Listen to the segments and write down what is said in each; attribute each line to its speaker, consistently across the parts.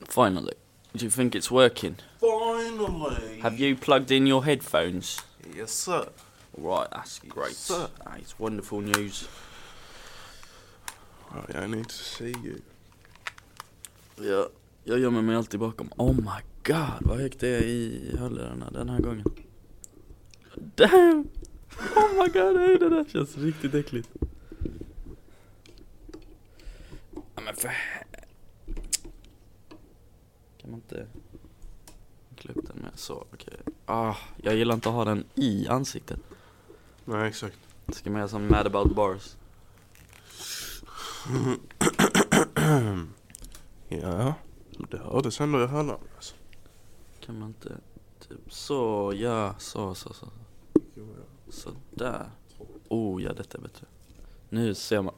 Speaker 1: Finally. Do you think it's working?
Speaker 2: Finally.
Speaker 1: Have you plugged in your headphones?
Speaker 2: Yes, sir.
Speaker 1: Right, that's great.
Speaker 2: sir.
Speaker 1: That is wonderful news.
Speaker 2: Right, I need to see you.
Speaker 1: Ja, jag gömmer mig alltid bakom. Oh my god, vad högt det är i hörlurarna den här gången. Damn! Oh my god, hej, det där känns riktigt äckligt. Ja, men för hä- Kan man inte klä upp den med? Så, okej. Ah, jag gillar inte att ha den i ansiktet.
Speaker 2: Nej, exakt.
Speaker 1: Ska man göra som Mad About Bars?
Speaker 2: Ja, det hördes ändå i hörlurarna. Alltså.
Speaker 1: Kan man inte typ så, ja, så, så, så.
Speaker 2: Jo, ja.
Speaker 1: Sådär. Oh ja, detta är bättre. Nu ser man.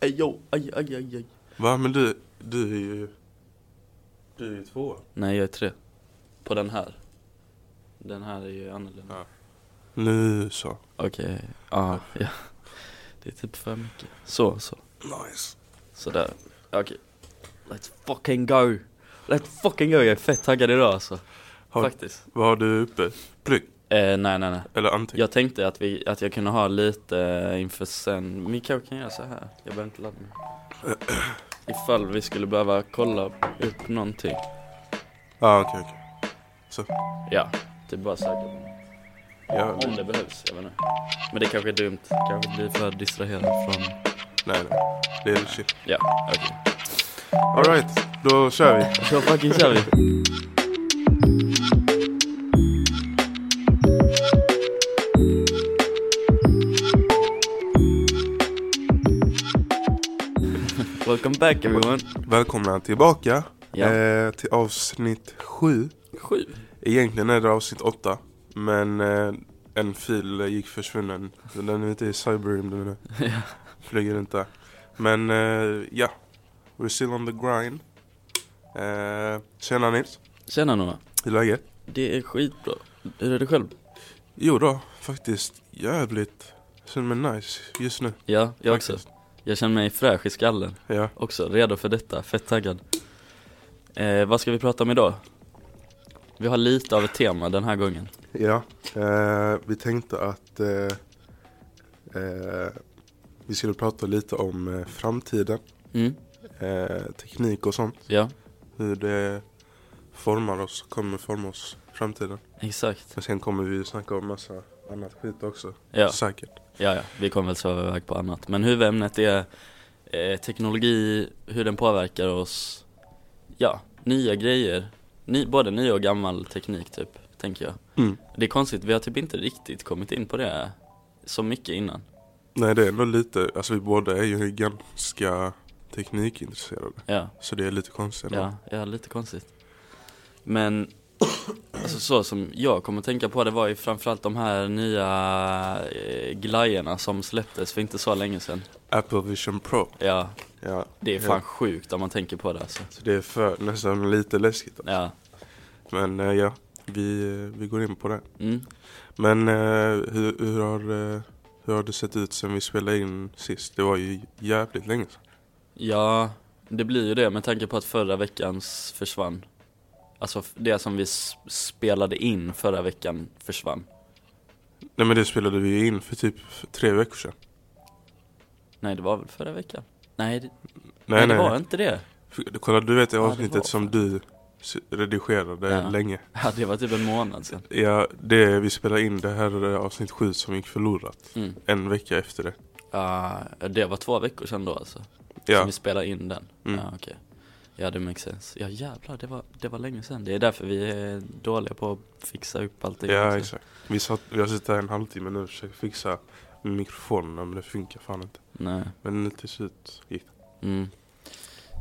Speaker 1: Ajo, aj, aj, aj, aj.
Speaker 2: Va, men du, du är ju... Du är ju tvåa.
Speaker 1: Nej, jag är tre. På den här. Den här är ju annorlunda.
Speaker 2: Ja. Nu så.
Speaker 1: Okej, ah, ja. Det är typ för mycket. Så, så.
Speaker 2: Nice.
Speaker 1: Sådär. Okej. Let's fucking go. Let's fucking go. Jag är fett taggad idag alltså.
Speaker 2: Har,
Speaker 1: Faktiskt.
Speaker 2: vad har du uppe? Plugg?
Speaker 1: Eh, nej, nej, nej.
Speaker 2: Eller anteckning?
Speaker 1: Jag tänkte att, vi, att jag kunde ha lite eh, inför sen, men vi kanske kan göra så här. Jag behöver inte ladda mig. Ifall vi skulle behöva kolla upp någonting.
Speaker 2: Ja, ah, okej, okej.
Speaker 1: Ja, typ bara söka på något.
Speaker 2: Ja,
Speaker 1: Om det behövs, jag vet inte. Men det kanske är dumt, kanske blir för distraherad från...
Speaker 2: nej, nej. Det är shit.
Speaker 1: Ja, okej.
Speaker 2: Alright, då kör vi.
Speaker 1: Så fucking kör vi. Welcome back everyone.
Speaker 2: Välkomna tillbaka
Speaker 1: Ja.
Speaker 2: eh, till avsnitt sju.
Speaker 1: Sju.
Speaker 2: Egentligen är det avsnitt åtta, men eh, en fil gick försvunnen. Så Den är ute i cyberrymden nu.
Speaker 1: Ja.
Speaker 2: Flyger runt där. Men eh, ja, we're still on the grind. Eh, tjena Nils,
Speaker 1: Tjena Noah.
Speaker 2: hur är läget?
Speaker 1: Det är skitbra. Hur är det själv?
Speaker 2: Jo då, faktiskt jävligt. Känner mig nice just nu.
Speaker 1: Ja, jag också.
Speaker 2: Faktiskt.
Speaker 1: Jag känner mig fräsch i skallen
Speaker 2: Ja.
Speaker 1: också. Redo för detta. Fett taggad. Eh, vad ska vi prata om idag? Vi har lite av ett tema den här gången.
Speaker 2: Ja, eh, vi tänkte att eh, eh, vi skulle prata lite om eh, framtiden,
Speaker 1: Mm,
Speaker 2: eh, teknik och sånt.
Speaker 1: ja,
Speaker 2: Hur det formar oss, kommer forma oss i framtiden.
Speaker 1: exakt.
Speaker 2: Men sen kommer vi ju snacka om massa annat skit också.
Speaker 1: Ja,
Speaker 2: Säkert.
Speaker 1: ja, ja. vi kommer väl sväva iväg på annat. Men huvudämnet är eh, teknologi, hur den påverkar oss. Ja, nya grejer. Ny, både ny och gammal teknik typ, tänker jag.
Speaker 2: Mm.
Speaker 1: Det är konstigt, vi har typ inte riktigt kommit in på det så mycket innan.
Speaker 2: Nej det är ändå lite, alltså vi båda är ju ganska teknikintresserade.
Speaker 1: Ja,
Speaker 2: Så det är lite konstigt. ändå.
Speaker 1: ja, ja lite konstigt. Men, alltså så som jag kommer tänka på det var ju framförallt de här nya eh, glajjorna som släpptes för inte så länge sedan.
Speaker 2: Apple Vision Pro.
Speaker 1: Ja,
Speaker 2: Ja.
Speaker 1: det är fan
Speaker 2: Ja.
Speaker 1: sjukt om man tänker på det alltså.
Speaker 2: Så det är för, nästan lite läskigt.
Speaker 1: Ja,
Speaker 2: Men eh, ja, vi, eh, vi går in på det.
Speaker 1: mm.
Speaker 2: Men eh, hur, hur, har, eh, hur har det sett ut sen vi spelade in sist? Det var ju jävligt länge sedan.
Speaker 1: ja, det blir ju det med tanke på att förra veckans försvann. Alltså det som vi s- spelade in förra veckan försvann.
Speaker 2: Nej men det spelade vi ju in för typ tre veckor sedan.
Speaker 1: Nej, det var väl förra veckan? Nej, det,
Speaker 2: Nej
Speaker 1: nej,
Speaker 2: nej.
Speaker 1: det var inte det.
Speaker 2: För- Kolla du vet det
Speaker 1: Ja, det
Speaker 2: avsnittet
Speaker 1: var
Speaker 2: som
Speaker 1: fan.
Speaker 2: du s- redigerade
Speaker 1: Ja.
Speaker 2: länge.
Speaker 1: Ja, det var typ en månad sedan.
Speaker 2: Ja, det vi spelade in det här eh, avsnitt sju som gick förlorat.
Speaker 1: Mm.
Speaker 2: En vecka efter det.
Speaker 1: Ja, det var två veckor sedan då alltså? Som
Speaker 2: Ja,
Speaker 1: vi spelade in den?
Speaker 2: Mm.
Speaker 1: Ja, okej. Ja, det makes sense. Ja, jävlar, det var, det var länge sedan. Det är därför vi är dåliga på att fixa upp allting.
Speaker 2: ja
Speaker 1: också.
Speaker 2: exakt. Vi, satt, vi har suttit här en halvtimme nu och försökt fixa mikrofonerna men det funkar fan inte.
Speaker 1: Nej.
Speaker 2: Men nu till slut gick det.
Speaker 1: Mm.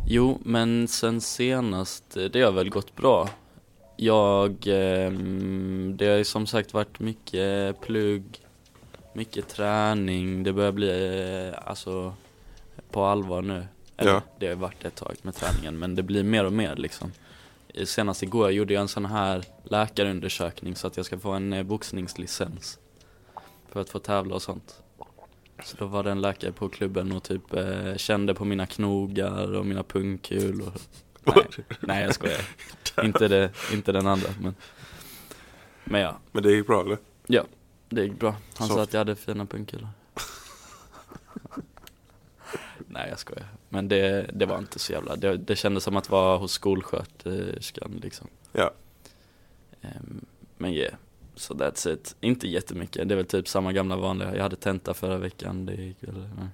Speaker 1: Jo, men sen senast, eh, det har väl gått bra. Jag, ehm, det har ju som sagt varit mycket plugg, mycket träning, det börjar bli, eh, alltså, på allvar nu. Eller,
Speaker 2: Ja.
Speaker 1: Det har ju varit ett tag med träningen, men det blir mer och mer liksom. Eh, Senast igår gjorde jag en sån här läkarundersökning så att jag ska få en eh, boxningslicens. För att få tävla och sånt. Så då var det en läkare på klubben och typ eh, kände på mina knogar och mina pungkulor. Nej, nej jag skojar. inte, det, inte den andra. Men, men ja,
Speaker 2: Men det gick bra eller?
Speaker 1: det gick bra. Han
Speaker 2: Soft.
Speaker 1: sa att jag hade fina pungkulor. nej jag skojar. Men det, det var inte så jävla, det, det kändes som att vara hos skolsköterskan liksom.
Speaker 2: Ja.
Speaker 1: Ehm, men yeah, so that's it. Inte jättemycket, det är väl typ samma gamla vanliga. Jag hade tenta förra veckan, det gick väl... nej.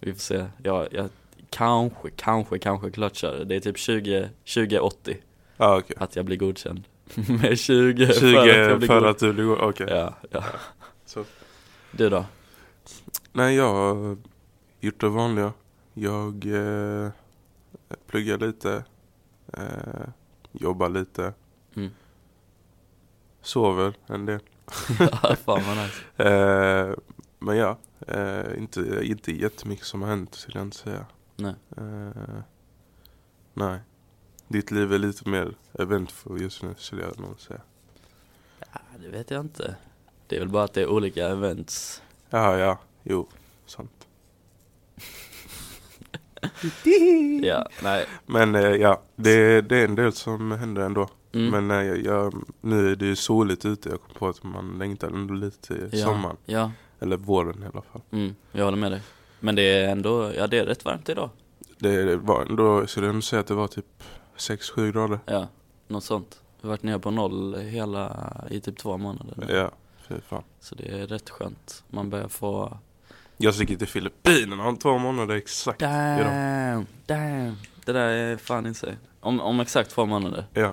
Speaker 1: Vi får se. Jag, jag kanske, kanske, kanske klatschar. Det är typ 20, 20-80
Speaker 2: Ja okej.
Speaker 1: att jag blir godkänd. Med 20,
Speaker 2: 20
Speaker 1: för att jag blir
Speaker 2: för
Speaker 1: godkänd.
Speaker 2: att du blir god. Okej.
Speaker 1: Ja, ja.
Speaker 2: Så.
Speaker 1: Du då?
Speaker 2: Nej, jag har gjort det vanliga. Jag eh, pluggar lite, eh, jobbar lite,
Speaker 1: Mm.
Speaker 2: sover en del.
Speaker 1: Ja, Fan vad nice.
Speaker 2: Eh, men ja, eh, inte, inte jättemycket som har hänt skulle jag inte säga.
Speaker 1: Nej.
Speaker 2: Eh, nej. Ditt liv är lite mer eventful just nu skulle jag nog säga.
Speaker 1: Ja, det vet jag inte. Det är väl bara att det är olika events.
Speaker 2: Ja, ja, jo, sant.
Speaker 1: Ja, nej.
Speaker 2: Men eh, ja, det, det är en del som händer ändå.
Speaker 1: Mm.
Speaker 2: Men eh, jag, jag, nu är det ju soligt ute, jag kom på att man längtar ändå lite till
Speaker 1: ja,
Speaker 2: sommaren.
Speaker 1: Ja,
Speaker 2: Eller våren i alla fall.
Speaker 1: mm, jag håller med dig. Men det är ändå, ja det är rätt varmt idag.
Speaker 2: Det, det var ändå, skulle jag ändå säga att det var typ 6-7 grader.
Speaker 1: Ja, något sånt. Vi har varit nere på noll hela, i typ två månader nu.
Speaker 2: Ja, fy fan.
Speaker 1: Så det är rätt skönt. Man börjar få
Speaker 2: Jag sticker till Filippinerna om två månader exakt.
Speaker 1: Damn, damn. Det där är fan insane. Om, om exakt två månader?
Speaker 2: Ja.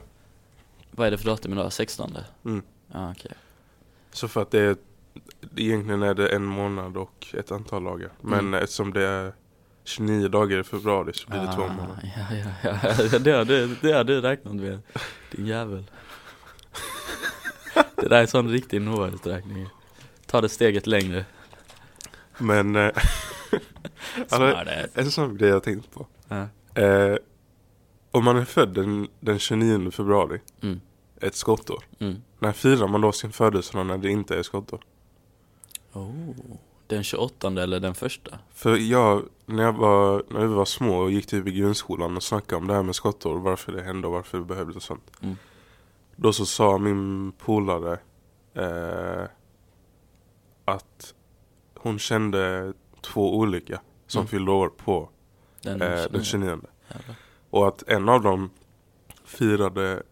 Speaker 1: Vad är det för datum idag? 16?
Speaker 2: Mm.
Speaker 1: Ja, okej.
Speaker 2: Så för att det är, egentligen är det en månad och ett antal dagar. Men eh,
Speaker 1: Mm.
Speaker 2: eftersom det är 29 dagar i februari så blir det
Speaker 1: Ah.
Speaker 2: två månader.
Speaker 1: Ja, ja, ja. ja. Det har du, det har du räknat med. Din jävel. Det där är sån riktig Noahs-räkning. Ta det steget längre.
Speaker 2: Men eh, Alltså-
Speaker 1: Smartare.
Speaker 2: en sån grej jag tänkt på.
Speaker 1: Ja.
Speaker 2: Eh, om man är född den, den 29 februari,
Speaker 1: Mm.
Speaker 2: ett skottår.
Speaker 1: Mm.
Speaker 2: När firar man då sin födelsedag när det inte är skottår?
Speaker 1: Oh. Den 28 eller den första?
Speaker 2: För jag, när jag var, när vi var små och gick typ i grundskolan och snackade om det här med skottår, varför det hände och varför det behövdes och sånt.
Speaker 1: Mm.
Speaker 2: Då så sa min polare eh, att hon kände två olika som
Speaker 1: Mm.
Speaker 2: fyllde år på
Speaker 1: Den,
Speaker 2: eh, den
Speaker 1: 29.
Speaker 2: 29.
Speaker 1: Jävlar.
Speaker 2: Och att en av dem firade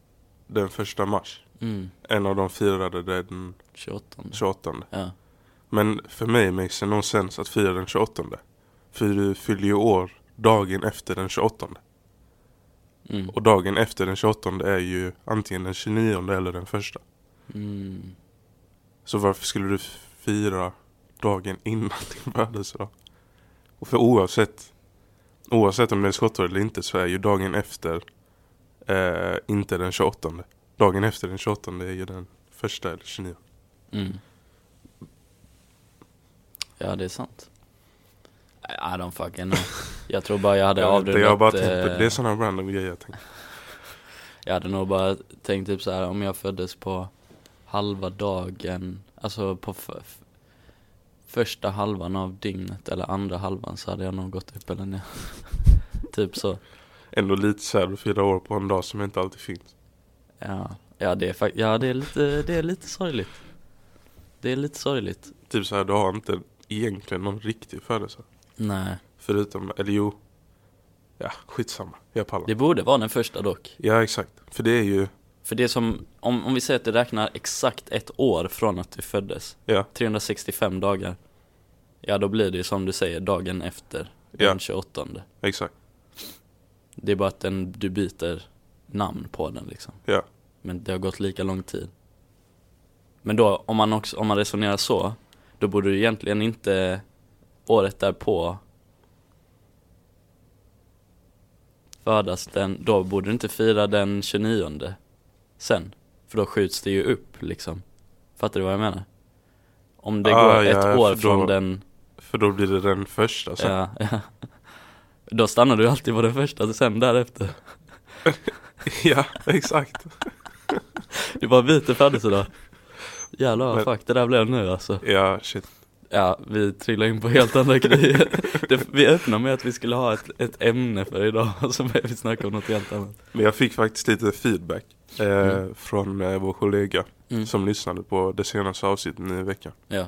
Speaker 2: den första mars.
Speaker 1: Mm.
Speaker 2: En av dem firade den
Speaker 1: 28.
Speaker 2: 28.
Speaker 1: Ja.
Speaker 2: Men för mig makes det no sense att fira den 28. För du fyller ju år dagen efter den 28.
Speaker 1: Mm.
Speaker 2: Och dagen efter den 28 är ju antingen den 29 eller den första.
Speaker 1: Mm.
Speaker 2: Så varför skulle du fira dagen innan din födelsedag? Och för oavsett, oavsett om det är skottår eller inte så är ju dagen efter eh, inte den 28. Dagen efter den 28 är ju den första eller 29.
Speaker 1: Mm. Ja, det är sant. I I don't fucking know. Jag tror bara jag hade
Speaker 2: Jag vet inte, jag har bara
Speaker 1: avrundat.
Speaker 2: tänkt på,
Speaker 1: eh,
Speaker 2: det är sådana random grejer jag tänker.
Speaker 1: Jag hade nog bara tänkt typ så här om jag föddes på halva dagen, alltså på f- f- första halvan av dygnet eller andra halvan så hade jag nog gått upp eller ner. typ så.
Speaker 2: Ändå lite såhär, du firar år på en dag som inte alltid finns.
Speaker 1: Ja, ja, det, är fak- ja det, är lite, det är lite sorgligt. Det är lite sorgligt.
Speaker 2: Typ såhär, du har inte egentligen någon riktig födelsedag.
Speaker 1: Nej,
Speaker 2: Förutom, eller jo. Ja, skitsamma. Jag pallar.
Speaker 1: det borde vara den första dock.
Speaker 2: Ja, exakt. För det är ju,
Speaker 1: För det som, om, om vi säger att det räknar exakt ett år från att du föddes
Speaker 2: Ja.
Speaker 1: 365 dagar Ja då blir det ju som du säger dagen efter Den
Speaker 2: Ja.
Speaker 1: 28
Speaker 2: exakt.
Speaker 1: Det är bara att den, du byter namn på den liksom
Speaker 2: Ja.
Speaker 1: Men det har gått lika lång tid Men då, om man också, om man resonerar så Då borde du egentligen inte året därpå födas den, då borde du inte fira den 29 sen. För då skjuts det ju upp liksom. Fattar du vad jag menar? Om det
Speaker 2: Ah,
Speaker 1: går
Speaker 2: ja,
Speaker 1: ett
Speaker 2: jag
Speaker 1: år
Speaker 2: förstår.
Speaker 1: från den,
Speaker 2: För då blir det den första sen.
Speaker 1: ja, ja. Då stannar du alltid på den första sen därefter.
Speaker 2: ja, exakt.
Speaker 1: Du bara byter födelsedag. Jävlar vad
Speaker 2: Men-
Speaker 1: fuck det där blev nu alltså.
Speaker 2: Ja, shit.
Speaker 1: Ja, vi trillar in på helt andra grejer. Det, vi öppnar med att vi skulle ha ett, ett ämne för idag, och så börjar vi snacka om något helt annat.
Speaker 2: Men jag fick faktiskt lite feedback eh,
Speaker 1: Mm.
Speaker 2: från eh, vår kollega
Speaker 1: Mm.
Speaker 2: som lyssnade på det senaste avsnittet nu i veckan.
Speaker 1: Ja,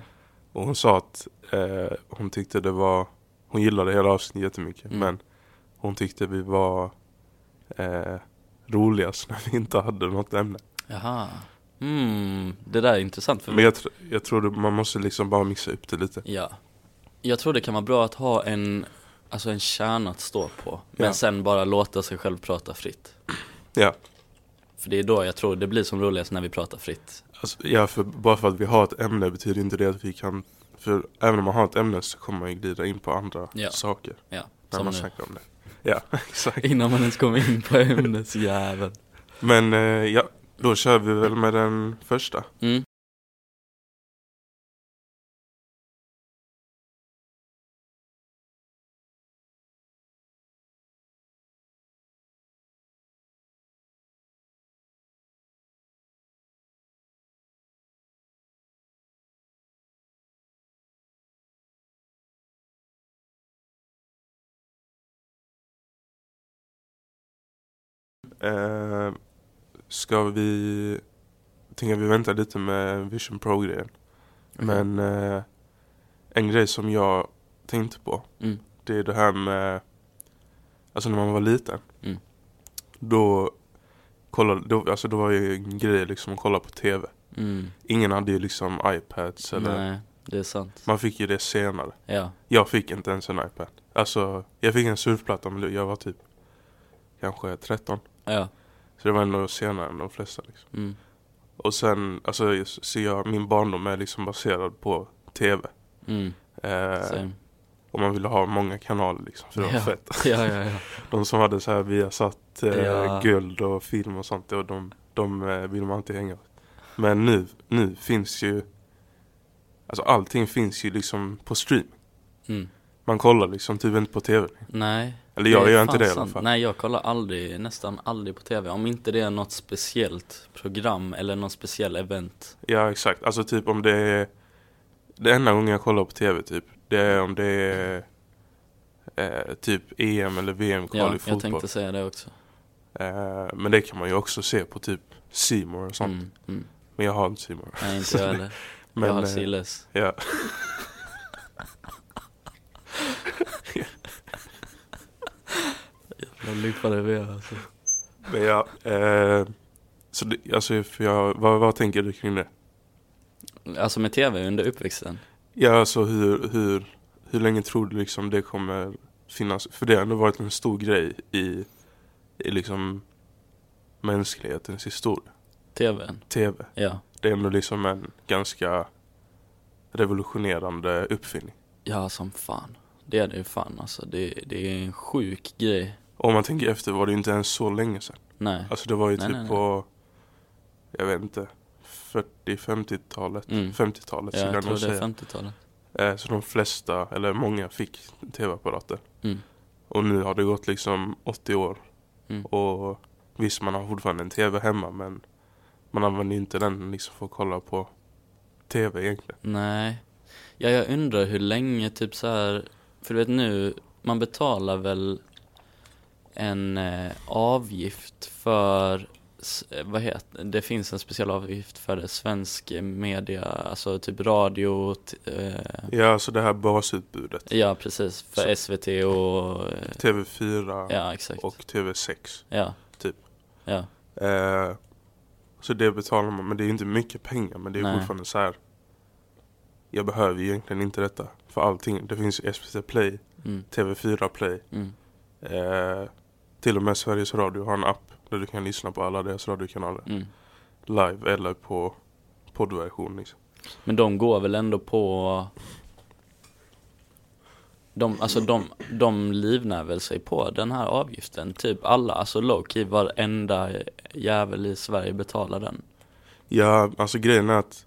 Speaker 2: Och hon sa att eh, hon tyckte det var, hon gillade hela avsnittet jättemycket
Speaker 1: Mm.
Speaker 2: men hon tyckte vi var eh, roligast när vi inte hade något ämne.
Speaker 1: jaha. Mm, det där är intressant för
Speaker 2: Men jag, tr- jag tror det, man måste liksom bara mixa upp det lite.
Speaker 1: Ja. Jag tror det kan vara bra att ha en, alltså en kärna att stå på, men
Speaker 2: Ja.
Speaker 1: sen bara låta sig själv prata fritt.
Speaker 2: Ja.
Speaker 1: För det är då jag tror det blir som roligast när vi pratar fritt.
Speaker 2: Alltså, ja, för bara för att vi har ett ämne betyder inte det att vi kan För även om man har ett ämne så kommer man ju glida in på andra
Speaker 1: Ja.
Speaker 2: saker
Speaker 1: Ja,
Speaker 2: när
Speaker 1: som
Speaker 2: man
Speaker 1: nu.
Speaker 2: snackar om det Ja, exakt
Speaker 1: Innan man ens kommer in på ämnesjäveln.
Speaker 2: Men eh, ja, då kör vi väl med den första
Speaker 1: Mm.
Speaker 2: eh, Ska vi Tänker vi vänta lite med Vision Pro-grejen Men eh, en grej som jag tänkte på
Speaker 1: Mm.
Speaker 2: Det är det här med Alltså när man var liten
Speaker 1: Mm.
Speaker 2: Då kollade, då, alltså då var ju en grej liksom att kolla på TV
Speaker 1: Mm.
Speaker 2: Ingen hade ju liksom iPads eller
Speaker 1: Nej, det är sant.
Speaker 2: Man fick ju det senare
Speaker 1: Ja,
Speaker 2: Jag fick inte ens en iPad Alltså jag fick en surfplatta men jag var typ Kanske 13
Speaker 1: ja.
Speaker 2: Så det var ändå senare än de flesta liksom.
Speaker 1: Mm.
Speaker 2: Och sen, alltså jag ser jag, min barndom är liksom baserad på TV
Speaker 1: Mm.
Speaker 2: eh,
Speaker 1: Same.
Speaker 2: Och man ville ha många kanaler liksom för det var
Speaker 1: Ja.
Speaker 2: fett
Speaker 1: Ja, ja, ja.
Speaker 2: De som hade så här Viasat, eh,
Speaker 1: Ja.
Speaker 2: guld och film och sånt, och de, de eh, vill man inte hänga med. Men nu, nu finns ju, alltså allting finns ju liksom på stream.
Speaker 1: Mm.
Speaker 2: Man kollar liksom typ inte på tv.
Speaker 1: Nej.
Speaker 2: Eller jag
Speaker 1: är
Speaker 2: gör
Speaker 1: fan
Speaker 2: inte det i alla
Speaker 1: sant.
Speaker 2: fall.
Speaker 1: Nej, jag kollar aldrig, nästan aldrig på TV. Om inte det är något speciellt program eller något speciellt event.
Speaker 2: Ja exakt, alltså typ om det är, det enda gången jag kollar på tv typ, det är om det är eh, typ EM eller VM-kval
Speaker 1: Ja,
Speaker 2: i
Speaker 1: jag
Speaker 2: fotboll.
Speaker 1: tänkte säga det också.
Speaker 2: Eh, men det kan man ju också se på typ C More och sånt.
Speaker 1: Mm, mm.
Speaker 2: Men jag har inte C More.
Speaker 1: Nej, inte jag heller.
Speaker 2: Men,
Speaker 1: jag har
Speaker 2: eh,
Speaker 1: Siles.
Speaker 2: Ja.
Speaker 1: Jag lyckades vi är, alltså.
Speaker 2: Men ja, eh, så det, alltså, för jag, vad, vad tänker du kring det?
Speaker 1: Alltså med TV under uppväxten.
Speaker 2: Ja, alltså hur, hur, hur länge tror du liksom det kommer finnas? För det har ändå varit en stor grej i, i liksom mänsklighetens historia.
Speaker 1: TVn.
Speaker 2: TV,
Speaker 1: Ja.
Speaker 2: det är ändå liksom en ganska revolutionerande uppfinning.
Speaker 1: Ja, som fan. Det är det ju fan alltså. Det, det är en sjuk grej.
Speaker 2: Om man tänker efter var det ju inte ens så länge sedan.
Speaker 1: Nej.
Speaker 2: Alltså det var ju
Speaker 1: Nej,
Speaker 2: typ
Speaker 1: nej, nej.
Speaker 2: på, jag vet inte, 40-50-talet.
Speaker 1: Mm.
Speaker 2: 50-talet
Speaker 1: Ja,
Speaker 2: skulle
Speaker 1: jag
Speaker 2: jag
Speaker 1: tror
Speaker 2: nog
Speaker 1: det är
Speaker 2: säga.
Speaker 1: 50-talet.
Speaker 2: Eh, Så de flesta, eller många, fick tv-apparater.
Speaker 1: Mm.
Speaker 2: Och nu har det gått liksom 80 år.
Speaker 1: Mm.
Speaker 2: Och visst, man har fortfarande en tv hemma men man använder ju inte den liksom för att kolla på tv egentligen.
Speaker 1: Nej. Ja, jag undrar hur länge typ så här. För du vet nu, man betalar väl en eh, avgift för s- eh, vad heter det? finns en speciell avgift för det, svensk media, alltså typ radio, t- eh,
Speaker 2: Ja, alltså det här basutbudet.
Speaker 1: Ja, precis. För
Speaker 2: Så-
Speaker 1: SVT och... eh,
Speaker 2: TV4
Speaker 1: Ja, exakt.
Speaker 2: och TV6.
Speaker 1: ja.
Speaker 2: typ.
Speaker 1: Ja.
Speaker 2: Eh, så det betalar man, men det är ju inte mycket pengar. Men det är
Speaker 1: Nej.
Speaker 2: fortfarande så här. Jag behöver ju egentligen inte detta för allting. Det finns ju SVT Play,
Speaker 1: Mm,
Speaker 2: TV4 Play.
Speaker 1: mm,
Speaker 2: Eh, till och med Sveriges Radio har en app där du kan lyssna på alla deras radiokanaler
Speaker 1: mm.
Speaker 2: live eller på poddversion. Liksom.
Speaker 1: Men de går väl ändå på... De, alltså de, de livnär väl sig på den här avgiften. Typ alla, alltså lowkey, varenda jävel i Sverige betalar den.
Speaker 2: Ja, alltså grejen är att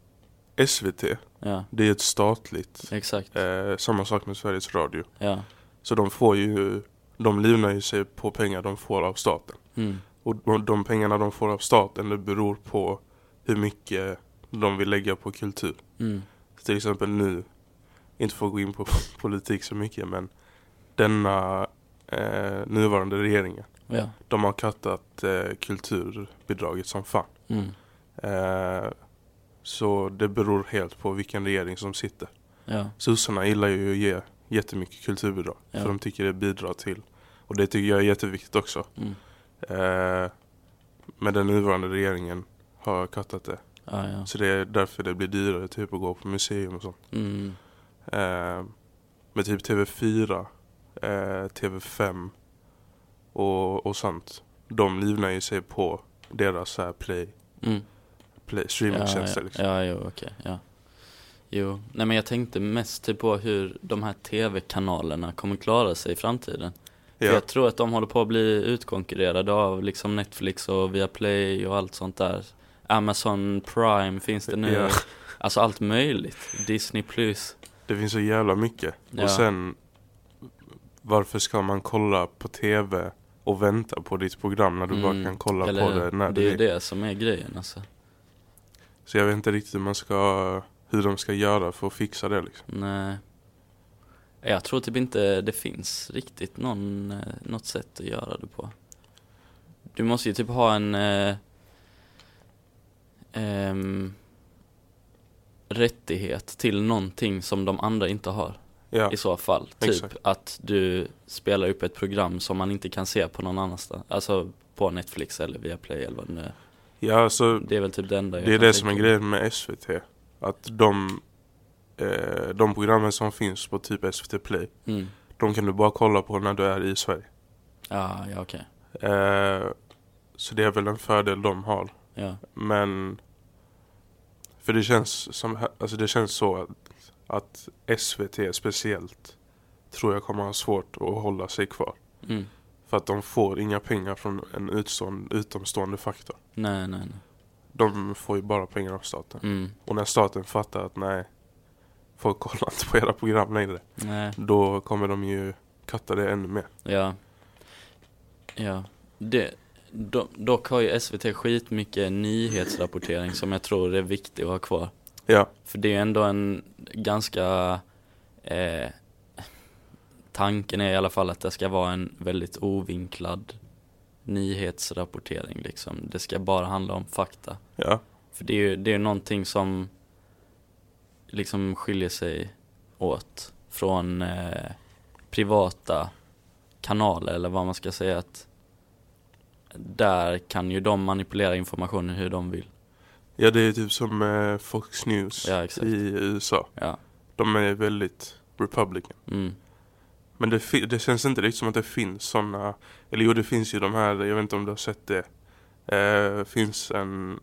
Speaker 2: SVT,
Speaker 1: Ja,
Speaker 2: det är ett statligt,
Speaker 1: exakt.
Speaker 2: eh, samma sak med Sveriges Radio.
Speaker 1: Ja.
Speaker 2: Så de får ju, de livnar ju sig på pengar de får av staten.
Speaker 1: Mm,
Speaker 2: Och de- de pengarna de får av staten, det beror på hur mycket de vill lägga på kultur.
Speaker 1: mm,
Speaker 2: Till exempel nu inte för att gå in på politik så mycket men denna eh, nuvarande regeringen,
Speaker 1: Ja.
Speaker 2: de har kattat eh, kulturbidraget som fan.
Speaker 1: Mm.
Speaker 2: Eh, så det beror helt på vilken regering som sitter.
Speaker 1: Ja.
Speaker 2: Sossarna gillar ju att ge jättemycket kulturbidrag.
Speaker 1: Ja.
Speaker 2: För de tycker det bidrar till. Och det tycker jag är jätteviktigt också.
Speaker 1: Mm.
Speaker 2: Eh, men den nuvarande regeringen har kattat det.
Speaker 1: Ja, ja.
Speaker 2: Så det är därför det blir dyrare typ att gå på museum och sånt.
Speaker 1: Mm.
Speaker 2: Eh, med typ TV4, eh, TV5 och, och sånt. De livnar ju sig på deras så här play,
Speaker 1: Mm.
Speaker 2: play streamingtjänster
Speaker 1: ja,
Speaker 2: liksom.
Speaker 1: ja. ja, jo, okej, ja. Jo, nej men jag tänkte mest typ på hur de här tv-kanalerna kommer klara sig i framtiden. För
Speaker 2: Ja,
Speaker 1: jag tror att de håller på att bli utkonkurrerade av liksom Netflix och Viaplay och allt sånt där. Amazon Prime finns det nu.
Speaker 2: Ja.
Speaker 1: Alltså allt möjligt. Disney Plus.
Speaker 2: det finns så jävla mycket.
Speaker 1: Ja.
Speaker 2: Och sen, varför ska man kolla på TV och vänta på ditt program när du bara
Speaker 1: Mm,
Speaker 2: kan kolla
Speaker 1: eller
Speaker 2: på
Speaker 1: hur?
Speaker 2: det när
Speaker 1: Det
Speaker 2: du
Speaker 1: är
Speaker 2: vill?
Speaker 1: ju det som är grejen alltså.
Speaker 2: Så jag vet inte riktigt hur man ska hur de ska göra för att fixa det liksom.
Speaker 1: Nej. Jag tror typ inte det finns riktigt någon, eh, något sätt att göra det på. Du måste ju typ ha en eh, ehm, rättighet till någonting som de andra inte har
Speaker 2: Ja,
Speaker 1: i så fall. Typ
Speaker 2: exakt.
Speaker 1: att du spelar upp ett program som man inte kan se på någon annanstans. Alltså på Netflix eller Viaplay eller vad det nu är.
Speaker 2: ja så
Speaker 1: Det är väl typ det enda jag
Speaker 2: Mm. det är
Speaker 1: kan
Speaker 2: det som är
Speaker 1: tänka mig.
Speaker 2: grejen med SVT. Att de, eh, de programmen som finns på typ SVT Play,
Speaker 1: Mm.
Speaker 2: de kan du bara kolla på när du är i Sverige.
Speaker 1: Ah, ja, okej.
Speaker 2: Eh, så det är väl en fördel de har.
Speaker 1: Ja.
Speaker 2: Men För det känns som Alltså det känns så att, att SVT speciellt Tror jag kommer ha svårt att hålla sig kvar
Speaker 1: Mm.
Speaker 2: För att de får inga pengar från en utstånd, utomstående faktor
Speaker 1: Nej, nej, nej.
Speaker 2: De får ju bara pengar av staten
Speaker 1: Mm.
Speaker 2: Och när staten fattar att nej Folk kollar inte på era program längre
Speaker 1: Nej,
Speaker 2: Då kommer de ju katta det ännu mer
Speaker 1: ja. Ja. Det, do, dock har ju SVT skitmycket nyhetsrapportering som jag tror är viktig att ha kvar.
Speaker 2: Ja,
Speaker 1: För det är ju ändå en ganska... Eh, tanken är i alla fall att det ska vara en väldigt ovinklad nyhetsrapportering liksom. Det ska bara handla om fakta.
Speaker 2: ja,
Speaker 1: För det är ju det är ju någonting som liksom skiljer sig åt från eh, privata kanaler eller vad man ska säga att där kan ju de manipulera informationen hur de vill.
Speaker 2: ja det är typ som eh, Fox News
Speaker 1: Ja, exakt.
Speaker 2: i USA
Speaker 1: Ja.
Speaker 2: De är väldigt Republican
Speaker 1: Mm.
Speaker 2: Men det, fi- det känns inte riktigt som att det finns sådana, eller jo det finns ju de här, jag vet inte om du har sett det. Eh, finns en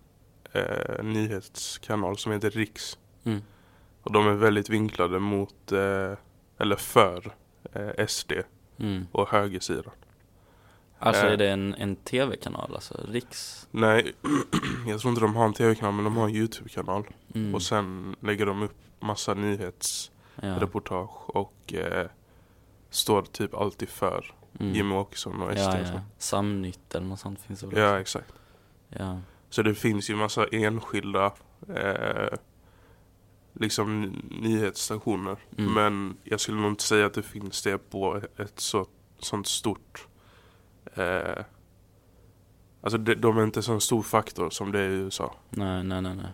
Speaker 2: eh, nyhetskanal som heter Riks.
Speaker 1: Mm.
Speaker 2: Och de är väldigt vinklade mot, eh, eller för, eh, SD
Speaker 1: Mm.
Speaker 2: och högersidan.
Speaker 1: Alltså
Speaker 2: Eh.
Speaker 1: är det en, en tv-kanal, alltså riks...
Speaker 2: Nej, jag tror inte de har en tv-kanal men de har en YouTube-kanal.
Speaker 1: Mm.
Speaker 2: Och sen lägger de upp massa nyhetsreportage
Speaker 1: ja.
Speaker 2: och eh, står typ alltid för
Speaker 1: Mm.
Speaker 2: Jimmie Åkesson och SD
Speaker 1: Ja,
Speaker 2: och så.
Speaker 1: ja. Samnytt eller något sånt finns det väl också?
Speaker 2: ja, exakt.
Speaker 1: Ja.
Speaker 2: Så det finns ju massa enskilda eh, liksom ny- nyhetsstationer.
Speaker 1: Mm.
Speaker 2: Men jag skulle nog inte säga att det finns det på ett så, sånt stort... Eh, alltså de, de är inte så stor faktor som det är i USA.
Speaker 1: Nej, nej, nej, nej.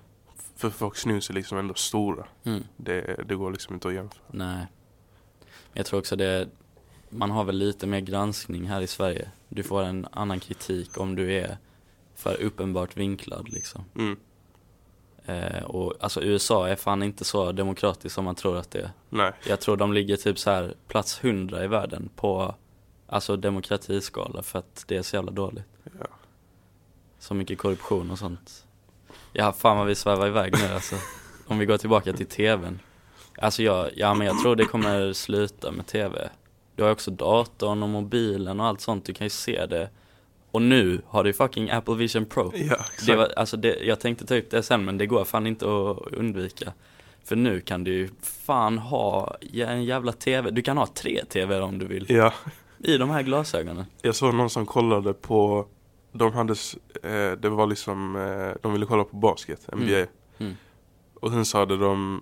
Speaker 2: För Fox News är liksom ändå stora.
Speaker 1: Mm.
Speaker 2: Det, det går liksom inte att jämföra.
Speaker 1: Nej. Men jag tror också det, man har väl lite mer granskning här i Sverige. Du får en annan kritik om du är för uppenbart vinklad liksom.
Speaker 2: Mm.
Speaker 1: Eh, och alltså USA är fan inte så demokratiskt som man tror att det är.
Speaker 2: Nej,
Speaker 1: Jag tror de ligger typ så här plats 100 i världen på alltså demokratiskala för att det är så jävla dåligt.
Speaker 2: Ja.
Speaker 1: Så mycket korruption och sånt. Ja, fan vad vi svävar iväg nu alltså. Om vi går tillbaka till tvn. Alltså jag, ja men jag tror det kommer sluta med tv. Du har ju också datorn och mobilen och allt sånt, du kan ju se det. Och nu har du fucking Apple Vision Pro.
Speaker 2: ja, exakt.
Speaker 1: Det var, alltså det, jag tänkte ta upp det sen men det går fan inte att undvika. För nu kan du ju fan ha jä- en jävla TV, du kan ha tre TVer om du vill.
Speaker 2: Ja,
Speaker 1: I de här glasögonen.
Speaker 2: jag såg någon som kollade på... De hade... s- Eh, det var liksom... Eh, de ville kolla på basket, NBA.
Speaker 1: Mm.
Speaker 2: Och sen så hade de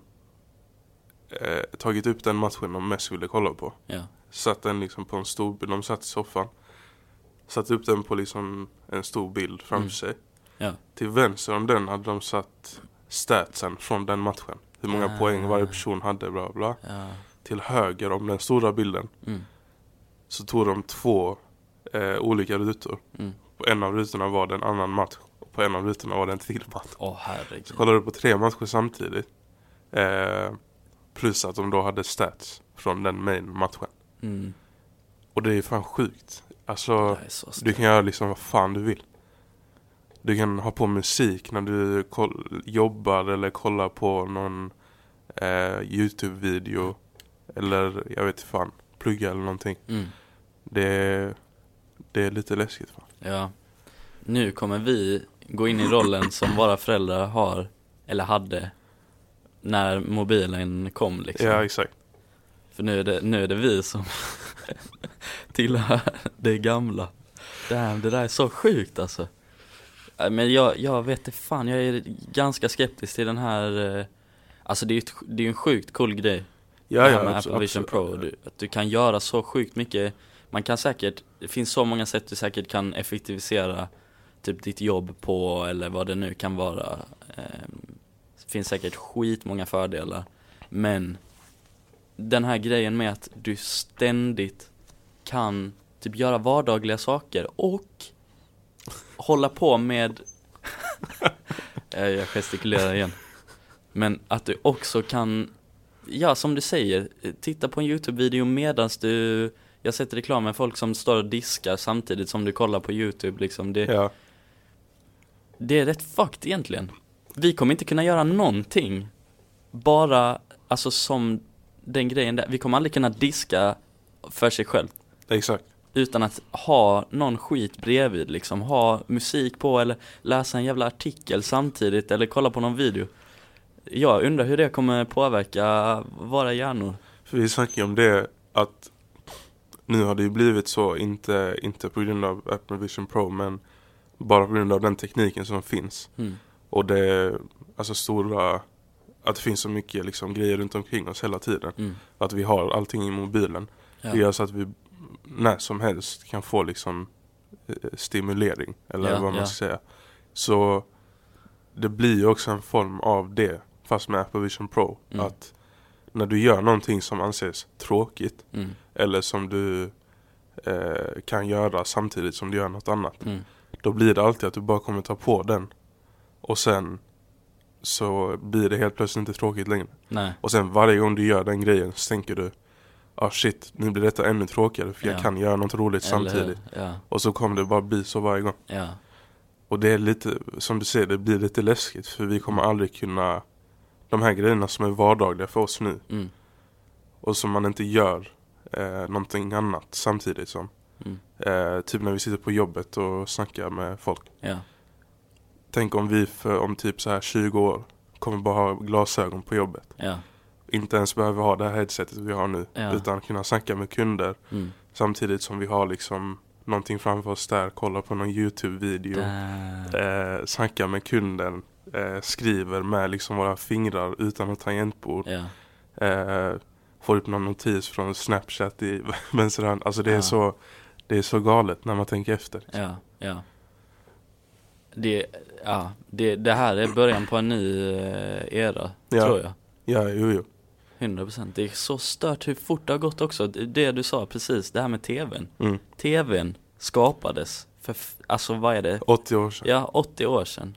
Speaker 2: eh, tagit upp den matchen de mest ville kolla på.
Speaker 1: Ja.
Speaker 2: Satt den liksom på en stor bild, de satt i soffan. Satt upp den på liksom en stor bild framför
Speaker 1: Mm.
Speaker 2: sig.
Speaker 1: Ja.
Speaker 2: Till vänster om den hade de satt statsen från den matchen. Hur många
Speaker 1: Ah.
Speaker 2: poäng varje person hade, bla bla.
Speaker 1: Ja.
Speaker 2: Till höger om den stora bilden
Speaker 1: Mm.
Speaker 2: så tog de två eh, olika rutor.
Speaker 1: Mm.
Speaker 2: På en av rutorna var det en annan match. Och på en av rutorna var det en till match.
Speaker 1: Åh herregud.
Speaker 2: Så kollade du på tre matcher samtidigt. Eh, plus att de då hade stats från den main matchen.
Speaker 1: Mm.
Speaker 2: Och det är fan sjukt.
Speaker 1: Det
Speaker 2: Alltså,
Speaker 1: här är så
Speaker 2: du
Speaker 1: stört.
Speaker 2: kan göra liksom vad fan du vill. Du kan ha på musik när du koll- jobbar eller kollar på någon eh, YouTube-video. Eller jag vet inte fan, plugga eller någonting.
Speaker 1: Mm.
Speaker 2: Det är, det är lite läskigt. Fan.
Speaker 1: Ja. Nu kommer vi gå in i rollen som våra föräldrar har, eller hade, när mobilen kom liksom.
Speaker 2: Ja, exakt.
Speaker 1: För nu är det, nu är det vi som tillhör det gamla. Damn, det där är så sjukt alltså. Nej, Men jag, jag vet inte fan, jag är ganska skeptisk till den här eh, Alltså det är ju ett- det är ju en sjukt cool grej
Speaker 2: Ja,
Speaker 1: det
Speaker 2: ja,
Speaker 1: här med
Speaker 2: abs-
Speaker 1: Apple Vision
Speaker 2: abs-
Speaker 1: Pro, du, att du kan göra så sjukt mycket Man kan säkert, det finns så många sätt du säkert kan effektivisera Typ ditt jobb på eller vad det nu kan vara Ehm, Det finns säkert skitmånga fördelar Men Den här grejen med att du ständigt kan typ göra vardagliga saker och hålla på med Eh, Jag gestikulerar igen Men att du också kan Ja, som du säger, eh, titta på en YouTube-video medan du Jag har sett reklam med folk som står och diskar samtidigt som du kollar på YouTube liksom Det,
Speaker 2: Ja,
Speaker 1: det är rätt fucked egentligen Vi kommer inte kunna göra någonting Bara, alltså som den grejen där Vi kommer aldrig kunna diska för sig själv
Speaker 2: exakt.
Speaker 1: utan att ha någon skit bredvid liksom, ha musik på eller läsa en jävla artikel samtidigt eller kolla på någon video. Jag undrar hur det kommer påverka våra hjärnor.
Speaker 2: För vi snackade ju om det att nu har det ju blivit så, inte, inte på grund av Apple Vision Pro men bara på grund av den tekniken som finns.
Speaker 1: Mm.
Speaker 2: Och det, alltså stora, att det finns så mycket liksom grejer runt omkring oss hela tiden.
Speaker 1: Mm.
Speaker 2: Att vi har allting i mobilen. Det
Speaker 1: Ja.
Speaker 2: gör så att vi när som helst kan få liksom eh, stimulering eller
Speaker 1: Ja,
Speaker 2: vad man
Speaker 1: ja.
Speaker 2: ska säga. Så det blir ju också en form av det fast med Apple Vision Pro.
Speaker 1: Mm.
Speaker 2: Att när du gör någonting som anses tråkigt
Speaker 1: Mm.
Speaker 2: eller som du eh, kan göra samtidigt som du gör något annat.
Speaker 1: Mm.
Speaker 2: Då blir det alltid att du bara kommer ta på den och sen så blir det helt plötsligt inte tråkigt längre.
Speaker 1: Nej.
Speaker 2: Och sen varje gång du gör den grejen så tänker du ah shit, nu blir detta ännu tråkigare för jag
Speaker 1: Ja.
Speaker 2: kan göra något roligt
Speaker 1: Eller hur?
Speaker 2: samtidigt.
Speaker 1: Ja.
Speaker 2: Och så kommer det bara bli så varje gång.
Speaker 1: Ja.
Speaker 2: Och det är lite, som du säger, det blir lite läskigt för vi
Speaker 1: Mm.
Speaker 2: kommer aldrig kunna de här grejerna som är vardagliga för oss nu
Speaker 1: Mm.
Speaker 2: och som man inte gör eh, någonting annat samtidigt som.
Speaker 1: Mm.
Speaker 2: Eh, typ när vi sitter på jobbet och snackar med folk.
Speaker 1: Ja.
Speaker 2: Tänk om vi för, om typ så här 20 år kommer bara ha glasögon på jobbet.
Speaker 1: Ja.
Speaker 2: Inte ens behöver ha det här headsetet vi har nu.
Speaker 1: Ja.
Speaker 2: Utan kunna snacka med kunder
Speaker 1: Mm.
Speaker 2: samtidigt som vi har liksom någonting framför oss där. Kolla på någon YouTube-video.
Speaker 1: Damn.
Speaker 2: Eh, snacka med kunden. Eh, skriver med liksom våra fingrar utan något tangentbord.
Speaker 1: Ja.
Speaker 2: Eh, får upp någon notis från Snapchat i vänster hand. Alltså det är,
Speaker 1: Ja.
Speaker 2: så, det är så galet när man tänker efter.
Speaker 1: Ja, ja. Det, ja, det, det här är början på en ny eh, era,
Speaker 2: Ja.
Speaker 1: tror jag.
Speaker 2: Ja, jo, jo.
Speaker 1: 100% Det är så stört hur fort det har gått också. Det du sa precis, det här med tvn.
Speaker 2: Mm.
Speaker 1: Tvn skapades för, f- alltså vad är det?
Speaker 2: 80 år sedan.
Speaker 1: Ja, 80 år sedan.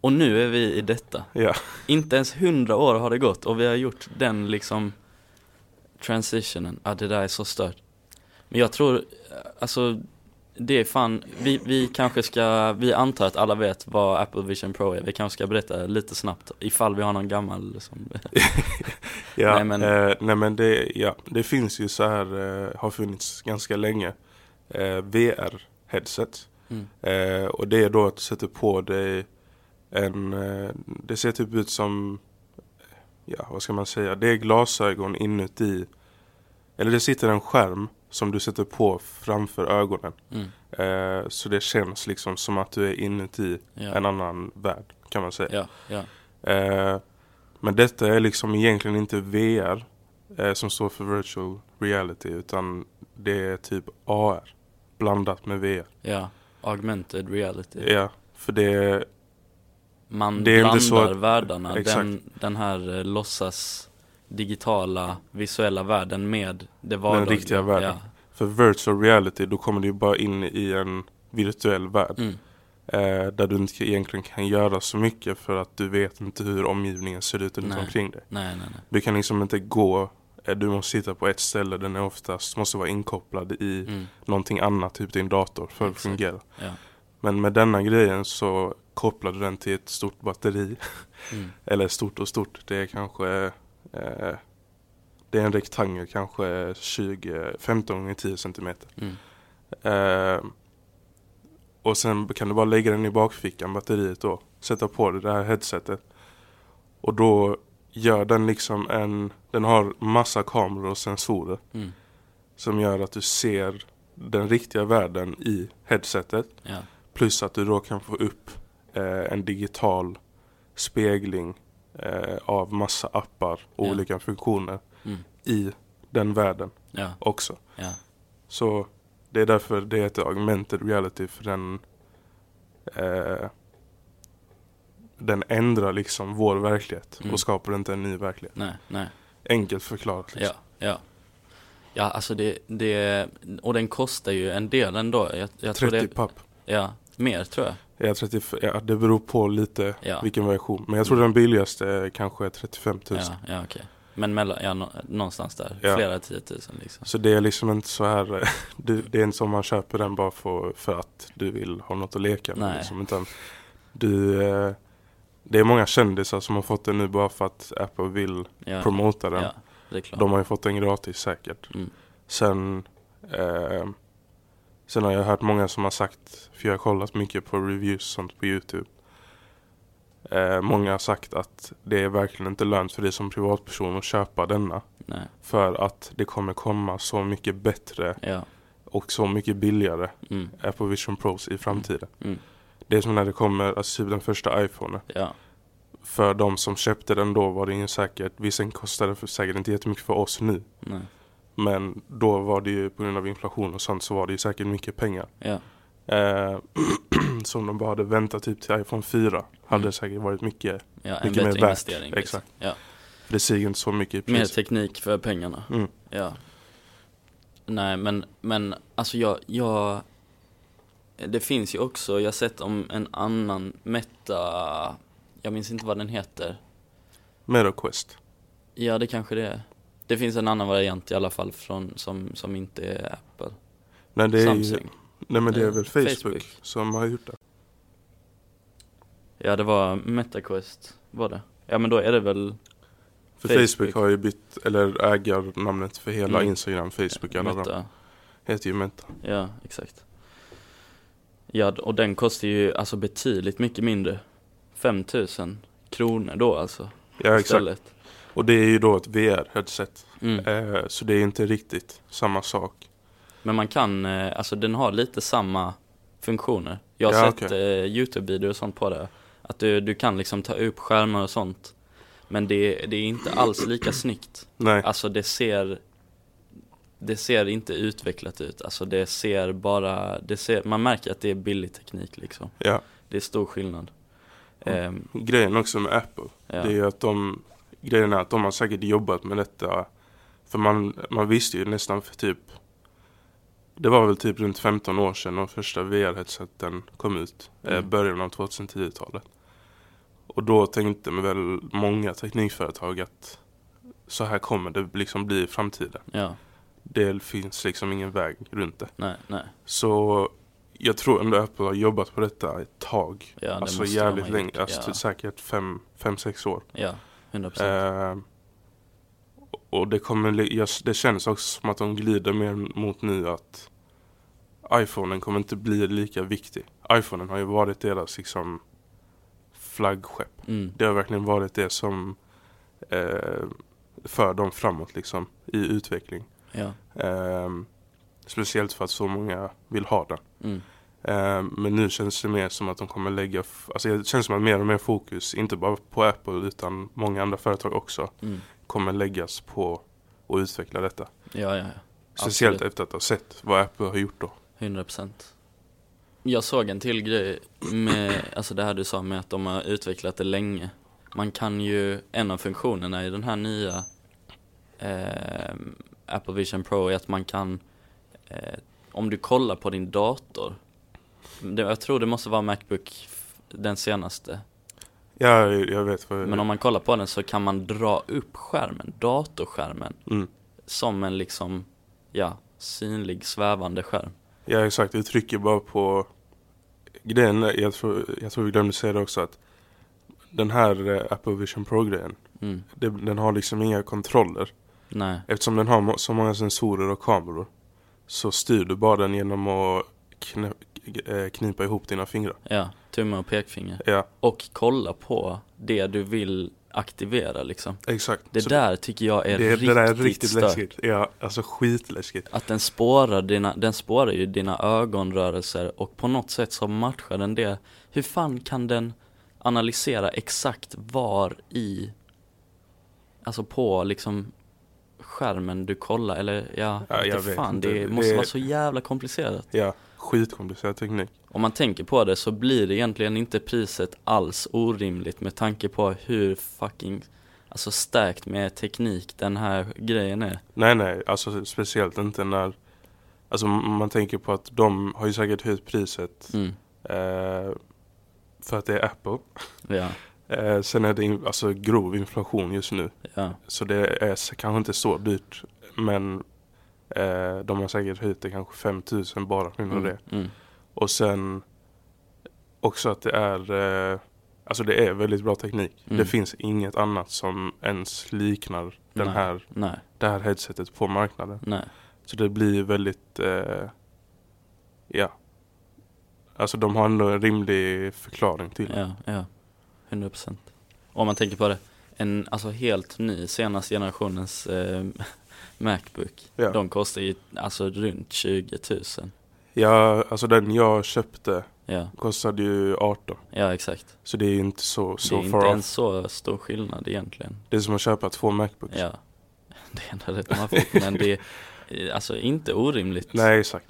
Speaker 1: Och nu är vi i detta.
Speaker 2: Ja.
Speaker 1: Inte ens 100 år har det gått och vi har gjort den liksom transitionen. Ja, det där är så stört. Men jag tror, eh, alltså det är fan, vi, vi kanske ska, vi antar att alla vet vad Apple Vision Pro är. Vi kanske ska berätta lite snabbt ifall vi har någon gammal som
Speaker 2: Ja,
Speaker 1: Nej,
Speaker 2: nej,
Speaker 1: men-
Speaker 2: men, eh, nej, men det, ja, det finns ju så här, eh, har funnits ganska länge, eh, VR-headset.
Speaker 1: Mm.
Speaker 2: Eh, och det är då att du sätter på dig en, eh, det ser typ ut som, ja vad ska man säga, det är glasögon inuti, eller det sitter en skärm som du sätter på framför ögonen.
Speaker 1: Mm.
Speaker 2: Eh, så det känns liksom som att du är inuti
Speaker 1: Ja.
Speaker 2: en annan värld kan man säga.
Speaker 1: Ja, ja.
Speaker 2: Eh, Men detta är liksom egentligen inte VR eh, som står för virtual reality utan det är typ AR blandat med VR.
Speaker 1: Ja, augmented reality.
Speaker 2: Ja, för det är,
Speaker 1: Man
Speaker 2: Det är inte
Speaker 1: blandar
Speaker 2: så att-
Speaker 1: världarna,
Speaker 2: exakt.
Speaker 1: den, den här eh, låtsas digitala visuella världen med det vardagliga.
Speaker 2: riktiga världen.
Speaker 1: Ja.
Speaker 2: för virtual reality då kommer du ju bara in i en virtuell värld
Speaker 1: Mm.
Speaker 2: eh, där du inte egentligen kan göra så mycket för att du vet inte hur omgivningen ser ut runt
Speaker 1: Nej.
Speaker 2: omkring dig.
Speaker 1: Nej, nej, nej.
Speaker 2: Du kan liksom inte gå, eh, du måste sitta på ett ställe, den är oftast måste vara inkopplad i
Speaker 1: Mm.
Speaker 2: någonting annat, typ din dator, för att
Speaker 1: Exakt.
Speaker 2: fungera.
Speaker 1: Ja.
Speaker 2: Men med denna grejen så kopplade den till ett stort batteri.
Speaker 1: Mm.
Speaker 2: Eller stort och stort, det är kanske eh, Det är en rektangel, kanske 20, 15 gånger 10 centimeter.
Speaker 1: Mm.
Speaker 2: Eh, och sen kan du bara lägga den i bakfickan, batteriet då. Sätta på det, det här headsetet. Och då gör den liksom en Den har massa kameror och sensorer
Speaker 1: Mm.
Speaker 2: som gör att du ser den riktiga världen i headsetet.
Speaker 1: Ja.
Speaker 2: Plus att du då kan få upp eh, en digital spegling eh, av massa appar och
Speaker 1: Ja.
Speaker 2: olika funktioner
Speaker 1: Mm.
Speaker 2: i den världen
Speaker 1: Ja.
Speaker 2: också.
Speaker 1: Ja.
Speaker 2: Så det är därför det heter augmented reality för den eh, den ändrar liksom vår verklighet
Speaker 1: Mm.
Speaker 2: och skapar inte en ny verklighet.
Speaker 1: Nej, nej.
Speaker 2: Enkelt förklarat. Liksom.
Speaker 1: Ja, ja. Ja, alltså det, det, och den kostar ju en del ändå. Jag, jag tror
Speaker 2: 30
Speaker 1: det,
Speaker 2: papp.
Speaker 1: ja, mer tror jag.
Speaker 2: Ja, 35, ja, det beror på lite
Speaker 1: Ja.
Speaker 2: vilken version. Men jag tror den billigaste är kanske 35 000.
Speaker 1: Ja, ja okej. Men mellan, ja, nå- någonstans där.
Speaker 2: Ja.
Speaker 1: Flera tiotusen liksom.
Speaker 2: Så det är liksom inte så här, eh, du, det är inte som man köper den bara för, för att du vill ha något att leka med.
Speaker 1: Nej.
Speaker 2: Liksom, utan du, eh, det är många kändisar som har fått den nu bara för att Apple vill
Speaker 1: Ja,
Speaker 2: promota den.
Speaker 1: ja det är klart.
Speaker 2: De har ju fått den gratis säkert.
Speaker 1: Mm.
Speaker 2: Sen, eh, sen har jag hört många som har sagt, för jag har kollat mycket på reviews och sånt på Youtube. Eh, många har sagt att det är verkligen inte lönt för dig som privatperson att köpa denna.
Speaker 1: Nej,
Speaker 2: För att det kommer komma så mycket bättre
Speaker 1: ja.
Speaker 2: och så mycket billigare
Speaker 1: Mm,
Speaker 2: Apple Vision Pros i framtiden.
Speaker 1: mm,
Speaker 2: Det är som när det kommer, alltså typ den första iPhonen.
Speaker 1: ja.
Speaker 2: För de som köpte den då var det ju säkert, visserligen kostade det för, säkert inte jättemycket för oss nu.
Speaker 1: Nej,
Speaker 2: Men då var det ju på grund av inflation och sånt så var det ju säkert mycket pengar.
Speaker 1: ja.
Speaker 2: Eh, som de bara hade väntat typ till iPhone 4. Hade
Speaker 1: Mm.
Speaker 2: säkert varit mycket.
Speaker 1: ja en
Speaker 2: Mycket
Speaker 1: bättre
Speaker 2: mer värt,
Speaker 1: investering. liksom.
Speaker 2: exakt.
Speaker 1: Ja.
Speaker 2: För det stiger inte så mycket i
Speaker 1: Mer
Speaker 2: pris.
Speaker 1: teknik för pengarna.
Speaker 2: Mm.
Speaker 1: Ja. Nej men, men alltså jag, jag Det finns ju också, jag har sett om en annan Meta Jag minns inte vad den heter
Speaker 2: Meta Quest.
Speaker 1: Ja det kanske det är Det finns en annan variant i alla fall från, som, som inte är Apple
Speaker 2: Nej, det är ju,
Speaker 1: Samsung
Speaker 2: nej men det är
Speaker 1: Eh,
Speaker 2: väl Facebook,
Speaker 1: Facebook.
Speaker 2: som har gjort det.
Speaker 1: Ja det var MetaQuest var det Ja men då är det väl
Speaker 2: För Facebook,
Speaker 1: Facebook.
Speaker 2: har ju bytt, eller äger namnet för hela
Speaker 1: Mm.
Speaker 2: Instagram, Facebook, alla de
Speaker 1: Meta
Speaker 2: heter ju Meta.
Speaker 1: Ja exakt Ja och den kostar ju alltså betydligt mycket mindre 5000 kronor då alltså
Speaker 2: Ja exakt.
Speaker 1: istället
Speaker 2: Och det är ju då ett VR-headset.
Speaker 1: Mm.
Speaker 2: Eh, så det är inte riktigt samma sak.
Speaker 1: Men man kan, eh, alltså den har lite samma funktioner. Jag har
Speaker 2: Ja,
Speaker 1: sett eh, Youtube-videor och sånt på det. Att du, du kan liksom ta upp skärmar och sånt. Men det, det är inte alls lika snyggt.
Speaker 2: Nej,
Speaker 1: Alltså det ser, det ser inte utvecklat ut. Alltså det ser bara, det ser, man märker att det är billig teknik liksom.
Speaker 2: ja.
Speaker 1: Det är stor skillnad. Ehm,
Speaker 2: Grejen också med Apple,
Speaker 1: ja.
Speaker 2: det är ju att de, grejen är att de har säkert jobbat med detta. För man, man visste ju nästan för typ, det var väl typ runt 15 år sedan de första VR-headseten kom ut. Eh,
Speaker 1: Mm.
Speaker 2: början av 2010-talet. Och då tänkte väl många teknikföretag att så här kommer det liksom bli i framtiden.
Speaker 1: ja,
Speaker 2: Det finns liksom ingen väg runt det.
Speaker 1: nej, nej.
Speaker 2: Så jag tror ändå Apple har jobbat på detta ett tag.
Speaker 1: Ja, det
Speaker 2: alltså
Speaker 1: måste de ha
Speaker 2: jävligt
Speaker 1: gjort.
Speaker 2: länge, alltså
Speaker 1: ja,
Speaker 2: typ säkert 5-6 år.
Speaker 1: ja, 100%.
Speaker 2: Eh, och det, kommer, li- jag- det känns också som att de glider mer mot nu att iPhonen kommer inte bli lika viktig. iPhonen har ju varit deras liksom flaggskepp.
Speaker 1: Mm,
Speaker 2: Det har verkligen varit det som eh, för dem framåt liksom i utveckling.
Speaker 1: ja,
Speaker 2: Eh, speciellt för att så många vill ha den.
Speaker 1: mm,
Speaker 2: Eh, men nu känns det mer som att de kommer lägga, f- alltså det känns som att mer och mer fokus, inte bara på Apple utan många andra företag också,
Speaker 1: Mm.
Speaker 2: kommer läggas på att utveckla detta.
Speaker 1: Ja, ja, ja.
Speaker 2: Speciellt
Speaker 1: Absolut.
Speaker 2: efter att ha sett vad Apple har gjort då.
Speaker 1: 100% Jag såg en till grej med, alltså det här du sa med att de har utvecklat det länge Man kan ju, en av funktionerna i den här nya eh, Apple Vision Pro är att man kan eh, Om du kollar på din dator det, Jag tror det måste vara Macbook f- den senaste
Speaker 2: Ja, jag vet vad
Speaker 1: Men om man kollar på den så kan man dra upp skärmen, datorskärmen
Speaker 2: mm.
Speaker 1: Som en liksom, ja, synlig svävande skärm
Speaker 2: Ja, exakt. Du trycker bara på grejen. är- Jag tror, jag tror vi glömde säga det också att den här eh, Apple Vision Pro-grejen,
Speaker 1: mm.
Speaker 2: det- den har liksom inga kontroller.
Speaker 1: Nej,
Speaker 2: Eftersom den har må- så många sensorer och kameror så styr du bara den genom att knä, eh, knipa ihop dina fingrar.
Speaker 1: ja, tumme och pekfinger
Speaker 2: Ja,
Speaker 1: och kolla på det du vill aktivera liksom.
Speaker 2: exakt.
Speaker 1: Det
Speaker 2: Så
Speaker 1: där tycker jag är
Speaker 2: det,
Speaker 1: riktigt,
Speaker 2: det där är riktigt
Speaker 1: stört.
Speaker 2: läskigt. Ja, alltså skitläskigt.
Speaker 1: Att den spårar, dina, den spårar ju dina ögonrörelser och på något sätt så matchar den det. Hur fan kan den analysera exakt var i, alltså på liksom skärmen du kollar eller ja,
Speaker 2: Ja, jag
Speaker 1: inte
Speaker 2: vet
Speaker 1: fan,
Speaker 2: inte.
Speaker 1: det måste
Speaker 2: Det-
Speaker 1: vara så jävla komplicerat.
Speaker 2: Ja, skitkomplicerad teknik.
Speaker 1: Om man tänker på det så blir det egentligen inte priset alls orimligt med tanke på hur fucking Alltså stärkt med teknik den här grejen är
Speaker 2: Nej, nej, alltså speciellt inte när Alltså m- man tänker på att de har ju säkert höjt priset
Speaker 1: mm.
Speaker 2: eh, För att det är Apple
Speaker 1: Ja,
Speaker 2: eh, Sen är det in, alltså grov inflation just nu
Speaker 1: ja,
Speaker 2: Så det är s- kanske inte så dyrt Men eh, de har säkert höjt det kanske 5000 bara på grund av
Speaker 1: mm.
Speaker 2: det
Speaker 1: Mm.
Speaker 2: Och sen Också att det är eh, Alltså det är väldigt bra teknik
Speaker 1: Mm.
Speaker 2: Det finns inget annat som ens liknar den
Speaker 1: Nej.
Speaker 2: här,
Speaker 1: nej,
Speaker 2: det här headsetet på marknaden
Speaker 1: nej,
Speaker 2: så det blir väldigt, eh, ja. Alltså de har ändå en rimlig förklaring till det.
Speaker 1: ja, ja 100% Om man tänker på det, en alltså helt ny senaste generationens eh, Macbook
Speaker 2: Ja.
Speaker 1: De kostar ju alltså runt 20 000
Speaker 2: Ja, alltså den jag köpte
Speaker 1: Ja,
Speaker 2: kostade ju 18.
Speaker 1: ja exakt
Speaker 2: Så det är ju inte så, så
Speaker 1: Det är
Speaker 2: far
Speaker 1: inte
Speaker 2: off.
Speaker 1: en så stor skillnad egentligen
Speaker 2: Det är som att köpa två Macbooks.
Speaker 1: Ja, det är ändå rätt maffigt men det är eh, alltså inte orimligt.
Speaker 2: Nej, exakt.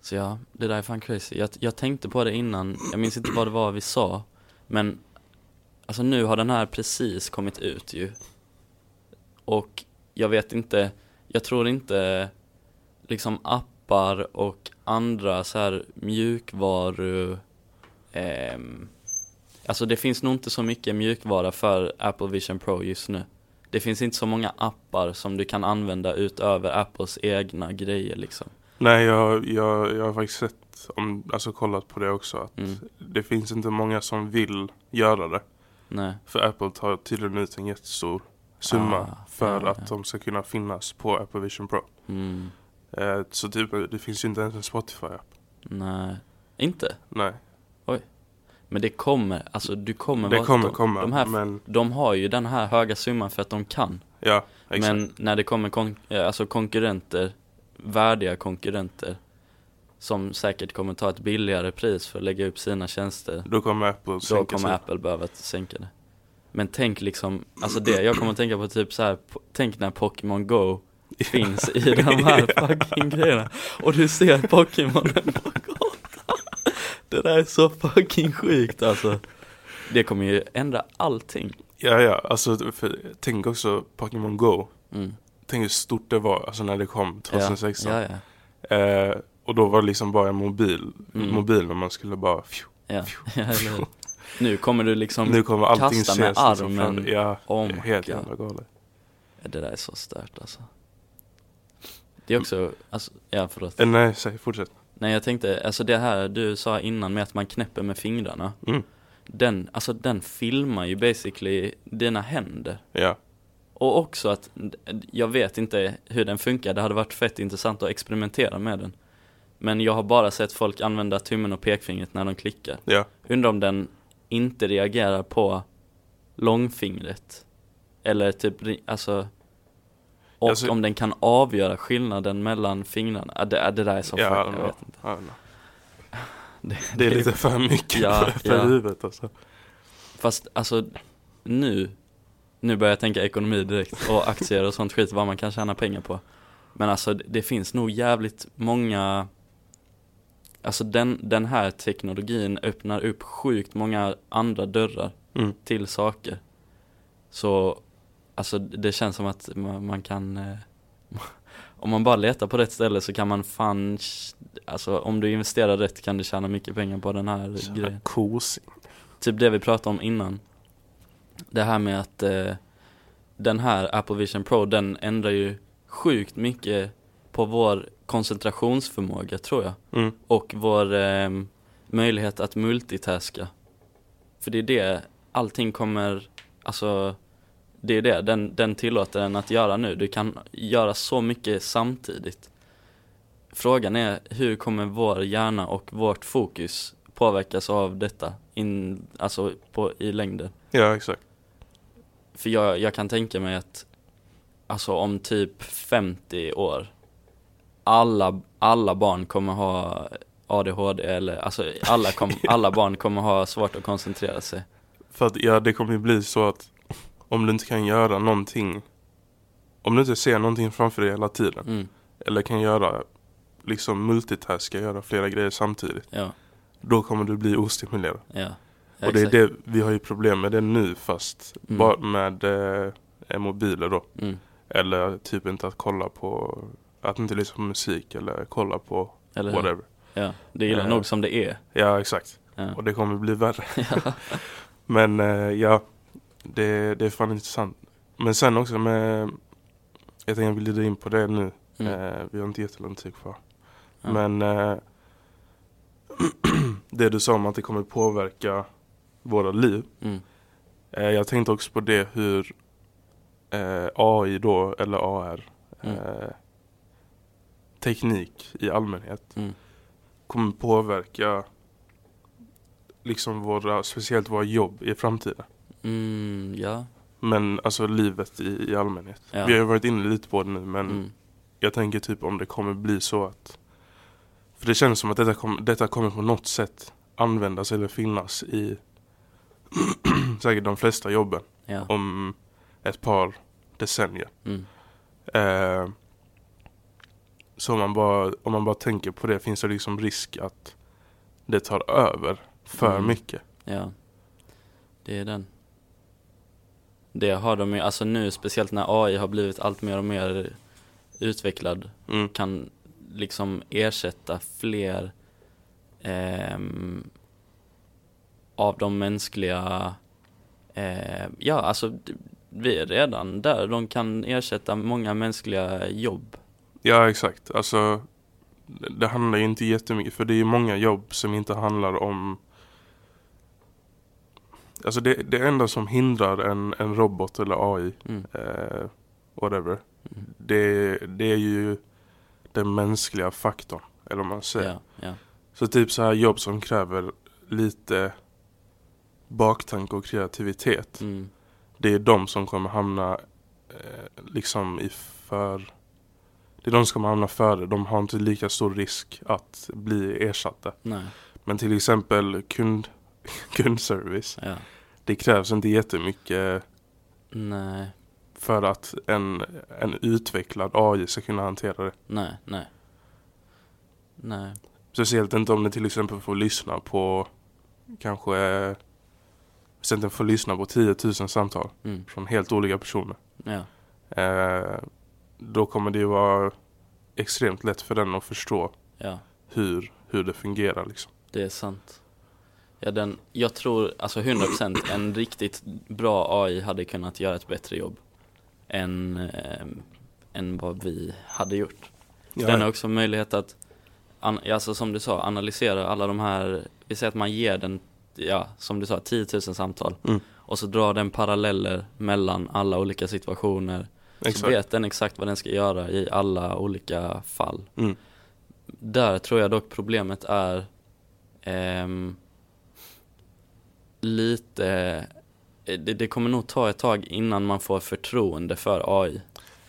Speaker 1: Så ja, det där är fan crazy. Jag, jag tänkte på det innan, jag minns inte vad det var vi sa, men alltså nu har den här precis kommit ut ju. Och jag vet inte, jag tror inte liksom appar och andra så här mjukvaru ehm, Alltså det finns nog inte så mycket mjukvara för Apple Vision Pro just nu. Det finns inte så många appar som du kan använda utöver Apples egna grejer liksom.
Speaker 2: Nej, jag, jag, jag har faktiskt sett, om, alltså kollat på det också. Att
Speaker 1: Mm.
Speaker 2: Det finns inte många som vill göra det.
Speaker 1: Nej,
Speaker 2: För Apple tar tydligen ut en jättestor summa
Speaker 1: Ah,
Speaker 2: för
Speaker 1: ja,
Speaker 2: att
Speaker 1: ja.
Speaker 2: de ska kunna finnas på Apple Vision Pro.
Speaker 1: mm,
Speaker 2: Eh, så typ, det finns ju inte ens en Spotify-app.
Speaker 1: nej, inte.
Speaker 2: Nej.
Speaker 1: Men det kommer, alltså du kommer
Speaker 2: Det
Speaker 1: vara-
Speaker 2: kommer
Speaker 1: de,
Speaker 2: komma,
Speaker 1: De, här,
Speaker 2: men
Speaker 1: de har ju den här höga summan för att de kan.
Speaker 2: ja, exakt.
Speaker 1: Men när det kommer kon- eh, alltså konkurrenter, värdiga konkurrenter, som säkert kommer ta ett billigare pris för att lägga upp sina tjänster,
Speaker 2: då kommer Apple
Speaker 1: då
Speaker 2: sänka
Speaker 1: kommer
Speaker 2: sig.
Speaker 1: Apple behöva sänka det. Men tänk liksom, alltså det, jag kommer att tänka på typ så här, po- tänk när Pokémon Go finns i de här fucking grejerna och du ser Pokémonen på gatan. Det där är så fucking sjukt alltså. Det kommer ju ändra allting.
Speaker 2: Ja, ja, alltså för, tänk också Pokémon Go.
Speaker 1: Mm. liksom.
Speaker 2: Tänk hur stort det var alltså när det kom
Speaker 1: Ja,
Speaker 2: 2016.
Speaker 1: Ja, ja,
Speaker 2: Eh, och då var det liksom bara en mobil,
Speaker 1: Mm.
Speaker 2: mobil när man skulle bara fju,
Speaker 1: ja.
Speaker 2: fju,
Speaker 1: ja eller
Speaker 2: fju.
Speaker 1: hur? Nu kommer du liksom,
Speaker 2: Nu kommer allting
Speaker 1: kasta
Speaker 2: ses
Speaker 1: med
Speaker 2: liksom
Speaker 1: armen.
Speaker 2: fram- Ja,
Speaker 1: oh my
Speaker 2: helt
Speaker 1: God.
Speaker 2: jävla galet.
Speaker 1: Det där är så stört alltså. Det är också, alltså, ja förlåt.
Speaker 2: Eh, nej, säg, fortsätt.
Speaker 1: Nej jag tänkte, alltså det här du sa innan med att man knäpper med fingrarna.
Speaker 2: Mm.
Speaker 1: Den, alltså den filmar ju basically dina händer.
Speaker 2: Ja,
Speaker 1: Och också att, jag vet inte hur den funkar, det hade varit fett intressant att experimentera med den. Men jag har bara sett folk använda tummen och pekfingret när de klickar.
Speaker 2: ja.
Speaker 1: Undrar om den inte reagerar på långfingret. Eller typ, ri- alltså och
Speaker 2: Alltså-
Speaker 1: om den kan avgöra skillnaden mellan fingrarna. Ah, Det, ah, det där är så
Speaker 2: ja,
Speaker 1: fuck, jag
Speaker 2: ja,
Speaker 1: vet inte.
Speaker 2: ja, ja.
Speaker 1: Det,
Speaker 2: Det är lite för mycket
Speaker 1: Ja,
Speaker 2: för, för
Speaker 1: ja.
Speaker 2: huvudet alltså.
Speaker 1: Fast alltså nu, nu börjar jag tänka ekonomi direkt och aktier och sånt skit, vad man kan tjäna pengar på. Men alltså det det finns nog jävligt många, alltså den, den här teknologin öppnar upp sjukt många andra dörrar
Speaker 2: Mm.
Speaker 1: till saker. Så alltså det känns som att man, man kan eh, om man bara letar på rätt ställe så kan man fan, alltså om du investerar rätt kan du tjäna mycket pengar på den här
Speaker 2: Så
Speaker 1: grejen.
Speaker 2: jävla Kosing.
Speaker 1: Typ det vi pratade om innan. Det här med att eh, den här Apple Vision Pro, den ändrar ju sjukt mycket på vår koncentrationsförmåga tror jag.
Speaker 2: Mm.
Speaker 1: Och vår ehm, möjlighet att multitaska. För det är det, allting kommer, alltså det är det, den, den tillåter den att göra nu. Du kan göra så mycket samtidigt. Frågan är hur kommer vår hjärna och vårt fokus påverkas av detta in, alltså på, i längden?
Speaker 2: Ja exakt.
Speaker 1: För jag, jag kan tänka mig att Alltså om typ 50 år Alla, alla barn kommer ha ADHD eller alltså alla, kom, alla barn kommer ha svårt att koncentrera sig
Speaker 2: För att ja, det kommer ju bli så att om du inte kan göra någonting. Om du inte ser någonting framför dig hela tiden.
Speaker 1: mm,
Speaker 2: Eller kan göra liksom multitaska, göra flera grejer samtidigt.
Speaker 1: Ja,
Speaker 2: Då kommer du bli ostimulerad.
Speaker 1: ja
Speaker 2: och det är det, vi har ju problem med det nu fast
Speaker 1: Mm.
Speaker 2: bara med eh, mobiler då.
Speaker 1: det mm.
Speaker 2: Eller typ inte att kolla på, att inte lyssna på musik eller kolla på
Speaker 1: Eller hur?
Speaker 2: whatever.
Speaker 1: Ja, det är illa
Speaker 2: Eh.
Speaker 1: nog som det är
Speaker 2: Ja exakt.
Speaker 1: ja.
Speaker 2: Och det kommer bli värre. Men eh, ja, det, det är fan intressant. Men sen också med, jag tänkte glida in på det nu.
Speaker 1: Mm.
Speaker 2: Eh, vi har inte jättelång tid kvar.
Speaker 1: Ja.
Speaker 2: Men eh, det du sa om att det kommer påverka våra liv.
Speaker 1: Mm.
Speaker 2: Eh, jag tänkte också på det hur eh, AI då, eller AR,
Speaker 1: Mm.
Speaker 2: eh, teknik i allmänhet
Speaker 1: Mm.
Speaker 2: kommer påverka liksom våra, speciellt våra jobb i framtiden.
Speaker 1: Mm, ja,
Speaker 2: Men alltså livet i, i allmänhet.
Speaker 1: Ja.
Speaker 2: Vi har ju varit inne lite på det nu men
Speaker 1: mm.
Speaker 2: jag tänker typ om det kommer bli så att För det känns som att detta, kom, detta kommer på något sätt användas eller finnas i säkert de flesta jobben
Speaker 1: ja,
Speaker 2: om ett par decennier.
Speaker 1: mm.
Speaker 2: Eh, så om man, bara, om man bara tänker på det finns det liksom risk att det tar över för
Speaker 1: Mm.
Speaker 2: mycket.
Speaker 1: Ja, det är den. Det har de ju, alltså nu speciellt när AI har blivit allt mer och mer utvecklad,
Speaker 2: Mm.
Speaker 1: kan liksom ersätta fler ehm, av de mänskliga, eh, ja alltså d- vi är redan där, de kan ersätta många mänskliga jobb.
Speaker 2: Ja exakt, alltså det handlar ju inte jättemycket för det är ju många jobb som inte handlar om Alltså det, det enda som hindrar en, en robot eller AI,
Speaker 1: Mm.
Speaker 2: eh, whatever,
Speaker 1: Mm.
Speaker 2: det, det är ju den mänskliga faktorn. Eller om man säger.
Speaker 1: Ja, ja,
Speaker 2: Så typ så här jobb som kräver lite baktanke och kreativitet.
Speaker 1: mm,
Speaker 2: Det är de som kommer hamna eh, liksom i för... Det är de som kommer hamna före. De har inte lika stor risk att bli ersatta.
Speaker 1: nej,
Speaker 2: Men till exempel kund, kundservice.
Speaker 1: ja,
Speaker 2: Det krävs inte jättemycket
Speaker 1: nej,
Speaker 2: för att en, en utvecklad AI ska kunna hantera det.
Speaker 1: nej, nej. Nej.
Speaker 2: Speciellt inte om den till exempel får lyssna på kanske Speciellt den får lyssna på 10 000 samtal
Speaker 1: Mm.
Speaker 2: från helt olika personer.
Speaker 1: Ja.
Speaker 2: Eh, då kommer det ju vara extremt lätt för den att förstå
Speaker 1: Ja.
Speaker 2: hur, hur det fungerar. Liksom.
Speaker 1: Det är sant. Ja, den, jag tror alltså 100% en riktigt bra AI hade kunnat göra ett bättre jobb än, eh, än vad vi hade gjort. Den har också möjlighet att, an, alltså som du sa, analysera alla de här, vi säger att man ger den, ja som du sa, 10 000 samtal
Speaker 2: Mm.
Speaker 1: och så drar den paralleller mellan alla olika situationer så
Speaker 2: Exakt.
Speaker 1: vet den exakt vad den ska göra i alla olika fall.
Speaker 2: Mm.
Speaker 1: Där tror jag dock problemet är ehm, lite, eh, det, det kommer nog ta ett tag innan man får förtroende för AI.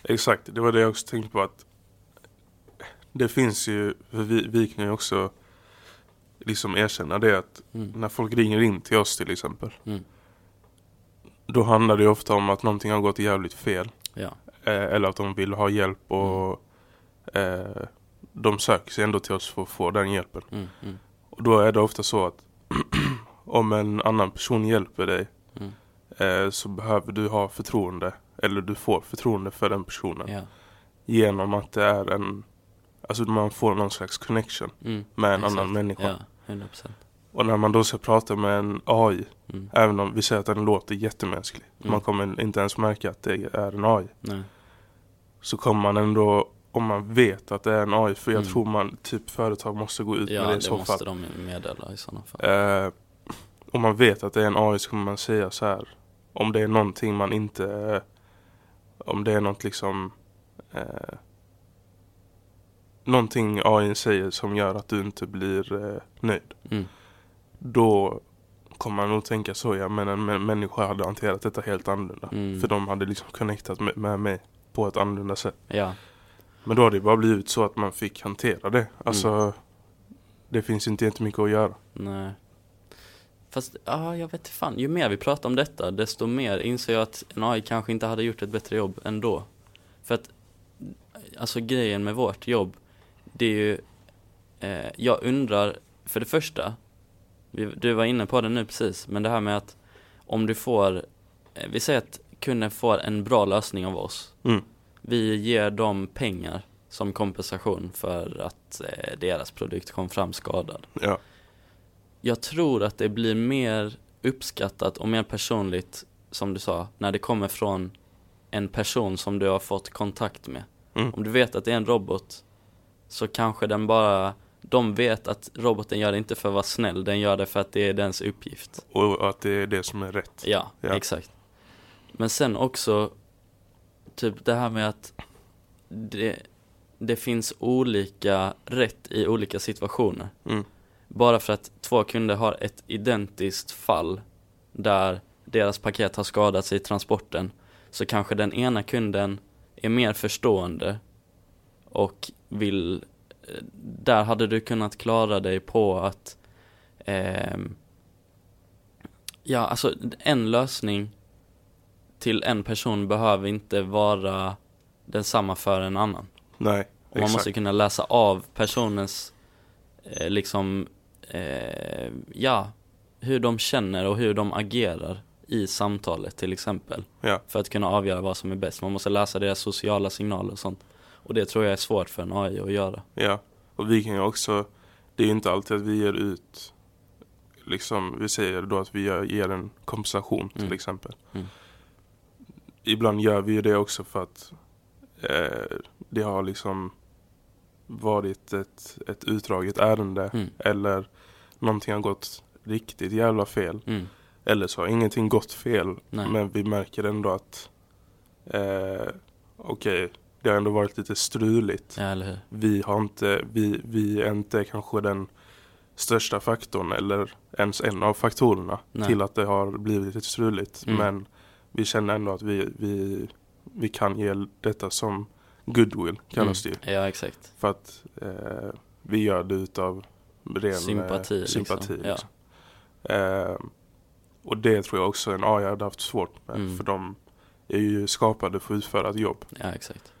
Speaker 2: Exakt, det var det jag också tänkte på att det finns ju, för vi, vi kan ju också liksom erkänna det att
Speaker 1: Mm.
Speaker 2: när folk ringer in till oss till exempel.
Speaker 1: Mm.
Speaker 2: Då handlar det ju ofta om att någonting har gått jävligt fel.
Speaker 1: Ja.
Speaker 2: Eh, eller att de vill ha hjälp och eh, de söker sig ändå till oss för att få den hjälpen.
Speaker 1: Mm. Mm.
Speaker 2: Och då är det ofta så att om en annan person hjälper dig
Speaker 1: Mm.
Speaker 2: eh, så behöver du ha förtroende. Eller du får förtroende för den personen.
Speaker 1: Ja.
Speaker 2: Genom att det är en... Alltså man får någon slags connection
Speaker 1: Mm.
Speaker 2: med en
Speaker 1: Exakt.
Speaker 2: annan människa.
Speaker 1: Ja, 100 procent.
Speaker 2: Och när man då ska prata med en AI
Speaker 1: Mm.
Speaker 2: Även om vi säger att den låter jättemänsklig.
Speaker 1: Mm.
Speaker 2: Man kommer inte ens märka att det är en AI.
Speaker 1: Nej.
Speaker 2: Så kommer man ändå, om man vet att det är en AI. För jag
Speaker 1: Mm.
Speaker 2: tror man, typ företag måste gå ut
Speaker 1: Ja,
Speaker 2: med det i
Speaker 1: det
Speaker 2: så
Speaker 1: måste
Speaker 2: fall.
Speaker 1: de meddela i sådana fall.
Speaker 2: Eh, om man vet att det är en AI så kommer man säga så här. Om det är någonting man inte, eh, om det är något liksom, eh, någonting AI säger som gör att du inte blir eh, nöjd.
Speaker 1: Mm.
Speaker 2: Då kommer man nog tänka så, ja men en män- människa hade hanterat detta helt annorlunda.
Speaker 1: Mm.
Speaker 2: För de hade liksom connectat med, med mig på ett annorlunda sätt.
Speaker 1: Ja,
Speaker 2: Men då har det bara blivit så att man fick hantera det. Alltså, det finns inte jättemycket att göra.
Speaker 1: nej. Fast, ja, jag vet inte fan. Ju mer vi pratar om detta, desto mer inser jag att en AI kanske inte hade gjort ett bättre jobb ändå. För att, alltså grejen med vårt jobb, det är ju, eh, jag undrar, för det första, vi, du var inne på det nu precis, men det här med att om du får, eh, vi säger att kunden får en bra lösning av oss,
Speaker 2: Mm.
Speaker 1: Vi ger dem pengar som kompensation för att eh, deras produkt kom fram skadad.
Speaker 2: Ja.
Speaker 1: Jag tror att det blir mer uppskattat och mer personligt, som du sa, när det kommer från en person som du har fått kontakt med.
Speaker 2: Mm.
Speaker 1: Om du vet att det är en robot så kanske den bara, de vet att roboten gör det inte för att vara snäll, den gör det för att det är dens uppgift.
Speaker 2: Och att det är det som är rätt.
Speaker 1: Ja,
Speaker 2: Ja.
Speaker 1: exakt. Men sen också, typ det här med att det, det finns olika rätt i olika situationer.
Speaker 2: Mm.
Speaker 1: Bara för att två kunder har ett identiskt fall där deras paket har skadats i transporten så kanske den ena kunden är mer förstående och vill, eh, där hade du kunnat klara dig på att ehm, Ja, alltså en lösning till en person behöver inte vara densamma för en annan.
Speaker 2: Nej,
Speaker 1: Och man måste kunna läsa av personens, eh, liksom, eh, ja, hur de känner och hur de agerar i samtalet till exempel.
Speaker 2: Ja.
Speaker 1: För att kunna avgöra vad som är bäst. Man måste läsa deras sociala signaler och sånt. Och det tror jag är svårt för en AI att göra.
Speaker 2: Ja, och vi kan ju också, det är ju inte alltid att vi ger ut, liksom vi säger då att vi gör, ger en kompensation till
Speaker 1: Mm.
Speaker 2: exempel.
Speaker 1: Mm.
Speaker 2: Ibland gör vi ju det också för att eh, det har liksom varit ett, ett utdraget ärende
Speaker 1: Mm.
Speaker 2: eller någonting har gått riktigt jävla fel.
Speaker 1: Mm.
Speaker 2: Eller så har ingenting gått fel
Speaker 1: Nej.
Speaker 2: men vi märker ändå att eh, okej, det har ändå varit lite struligt
Speaker 1: Ja, eller hur? Mm.
Speaker 2: vi har inte, vi, vi är inte kanske den största faktorn eller ens en av faktorerna
Speaker 1: Nej.
Speaker 2: till att det har blivit lite struligt.
Speaker 1: Mm.
Speaker 2: Men vi känner ändå att vi, vi, vi kan ge detta som goodwill kallas det ju.
Speaker 1: mm. Ja, exakt.
Speaker 2: För att eh, vi gör det utav ren eh,
Speaker 1: Sympati, liksom.
Speaker 2: sympati
Speaker 1: Ja.
Speaker 2: liksom. Eh, och det tror jag också en AI hade haft svårt med
Speaker 1: Mm.
Speaker 2: för de är ju skapade för att utföra ett jobb
Speaker 1: Ja, exakt.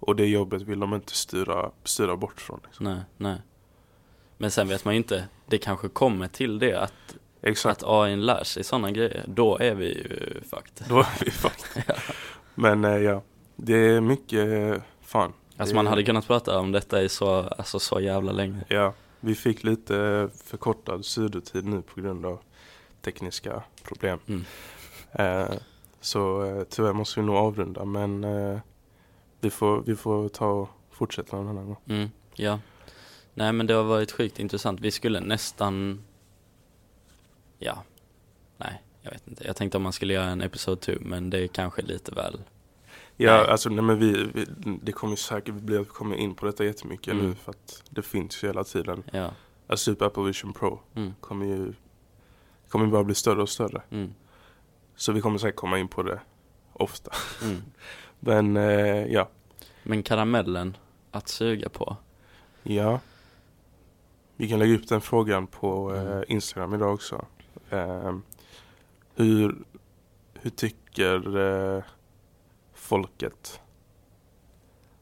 Speaker 2: och det jobbet vill de inte styra, styra bort från. Liksom.
Speaker 1: Nej, nej. Men sen vet man ju inte, det kanske kommer till det att,
Speaker 2: Exakt.
Speaker 1: att AI lär sig sådana grejer. Då är vi ju fucked.
Speaker 2: Då är vi fucked. Men eh, ja, det är mycket eh, fan.
Speaker 1: Alltså
Speaker 2: Det-
Speaker 1: man hade kunnat prata om detta i så, alltså så jävla länge.
Speaker 2: Ja, vi fick lite eh, förkortad sydotid nu på grund av tekniska problem.
Speaker 1: Mm.
Speaker 2: Eh, så eh, tyvärr måste vi nog avrunda men eh, vi, får, vi får ta och fortsätta någon annan gång.
Speaker 1: Mm, ja. Nej men det har varit sjukt intressant. Vi skulle nästan, ja, nej, jag vet inte. Jag tänkte om man skulle göra en episod 2, men det är kanske lite väl.
Speaker 2: Ja,
Speaker 1: Nej.
Speaker 2: alltså nej men vi, vi, det kommer säkert bli att vi kommer in på detta jättemycket
Speaker 1: Mm.
Speaker 2: nu för att det finns ju hela tiden.
Speaker 1: Ja,
Speaker 2: Alltså typ Apple Vision Pro
Speaker 1: mm,
Speaker 2: kommer ju kommer bara bli större och större.
Speaker 1: mm,
Speaker 2: Så vi kommer säkert komma in på det ofta.
Speaker 1: mm.
Speaker 2: Men eh, ja.
Speaker 1: Men karamellen att suga på.
Speaker 2: Ja. Vi kan lägga upp den frågan på eh,
Speaker 1: Mm.
Speaker 2: Instagram idag också. Eh, hur, hur tycker eh, folket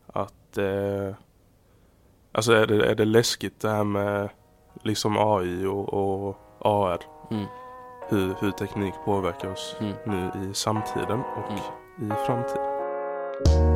Speaker 2: att... Eh, alltså är det, är det läskigt det här med liksom AI och, och AR?
Speaker 1: Mm.
Speaker 2: Hur, hur teknik påverkar oss
Speaker 1: Mm.
Speaker 2: nu i samtiden och i framtiden?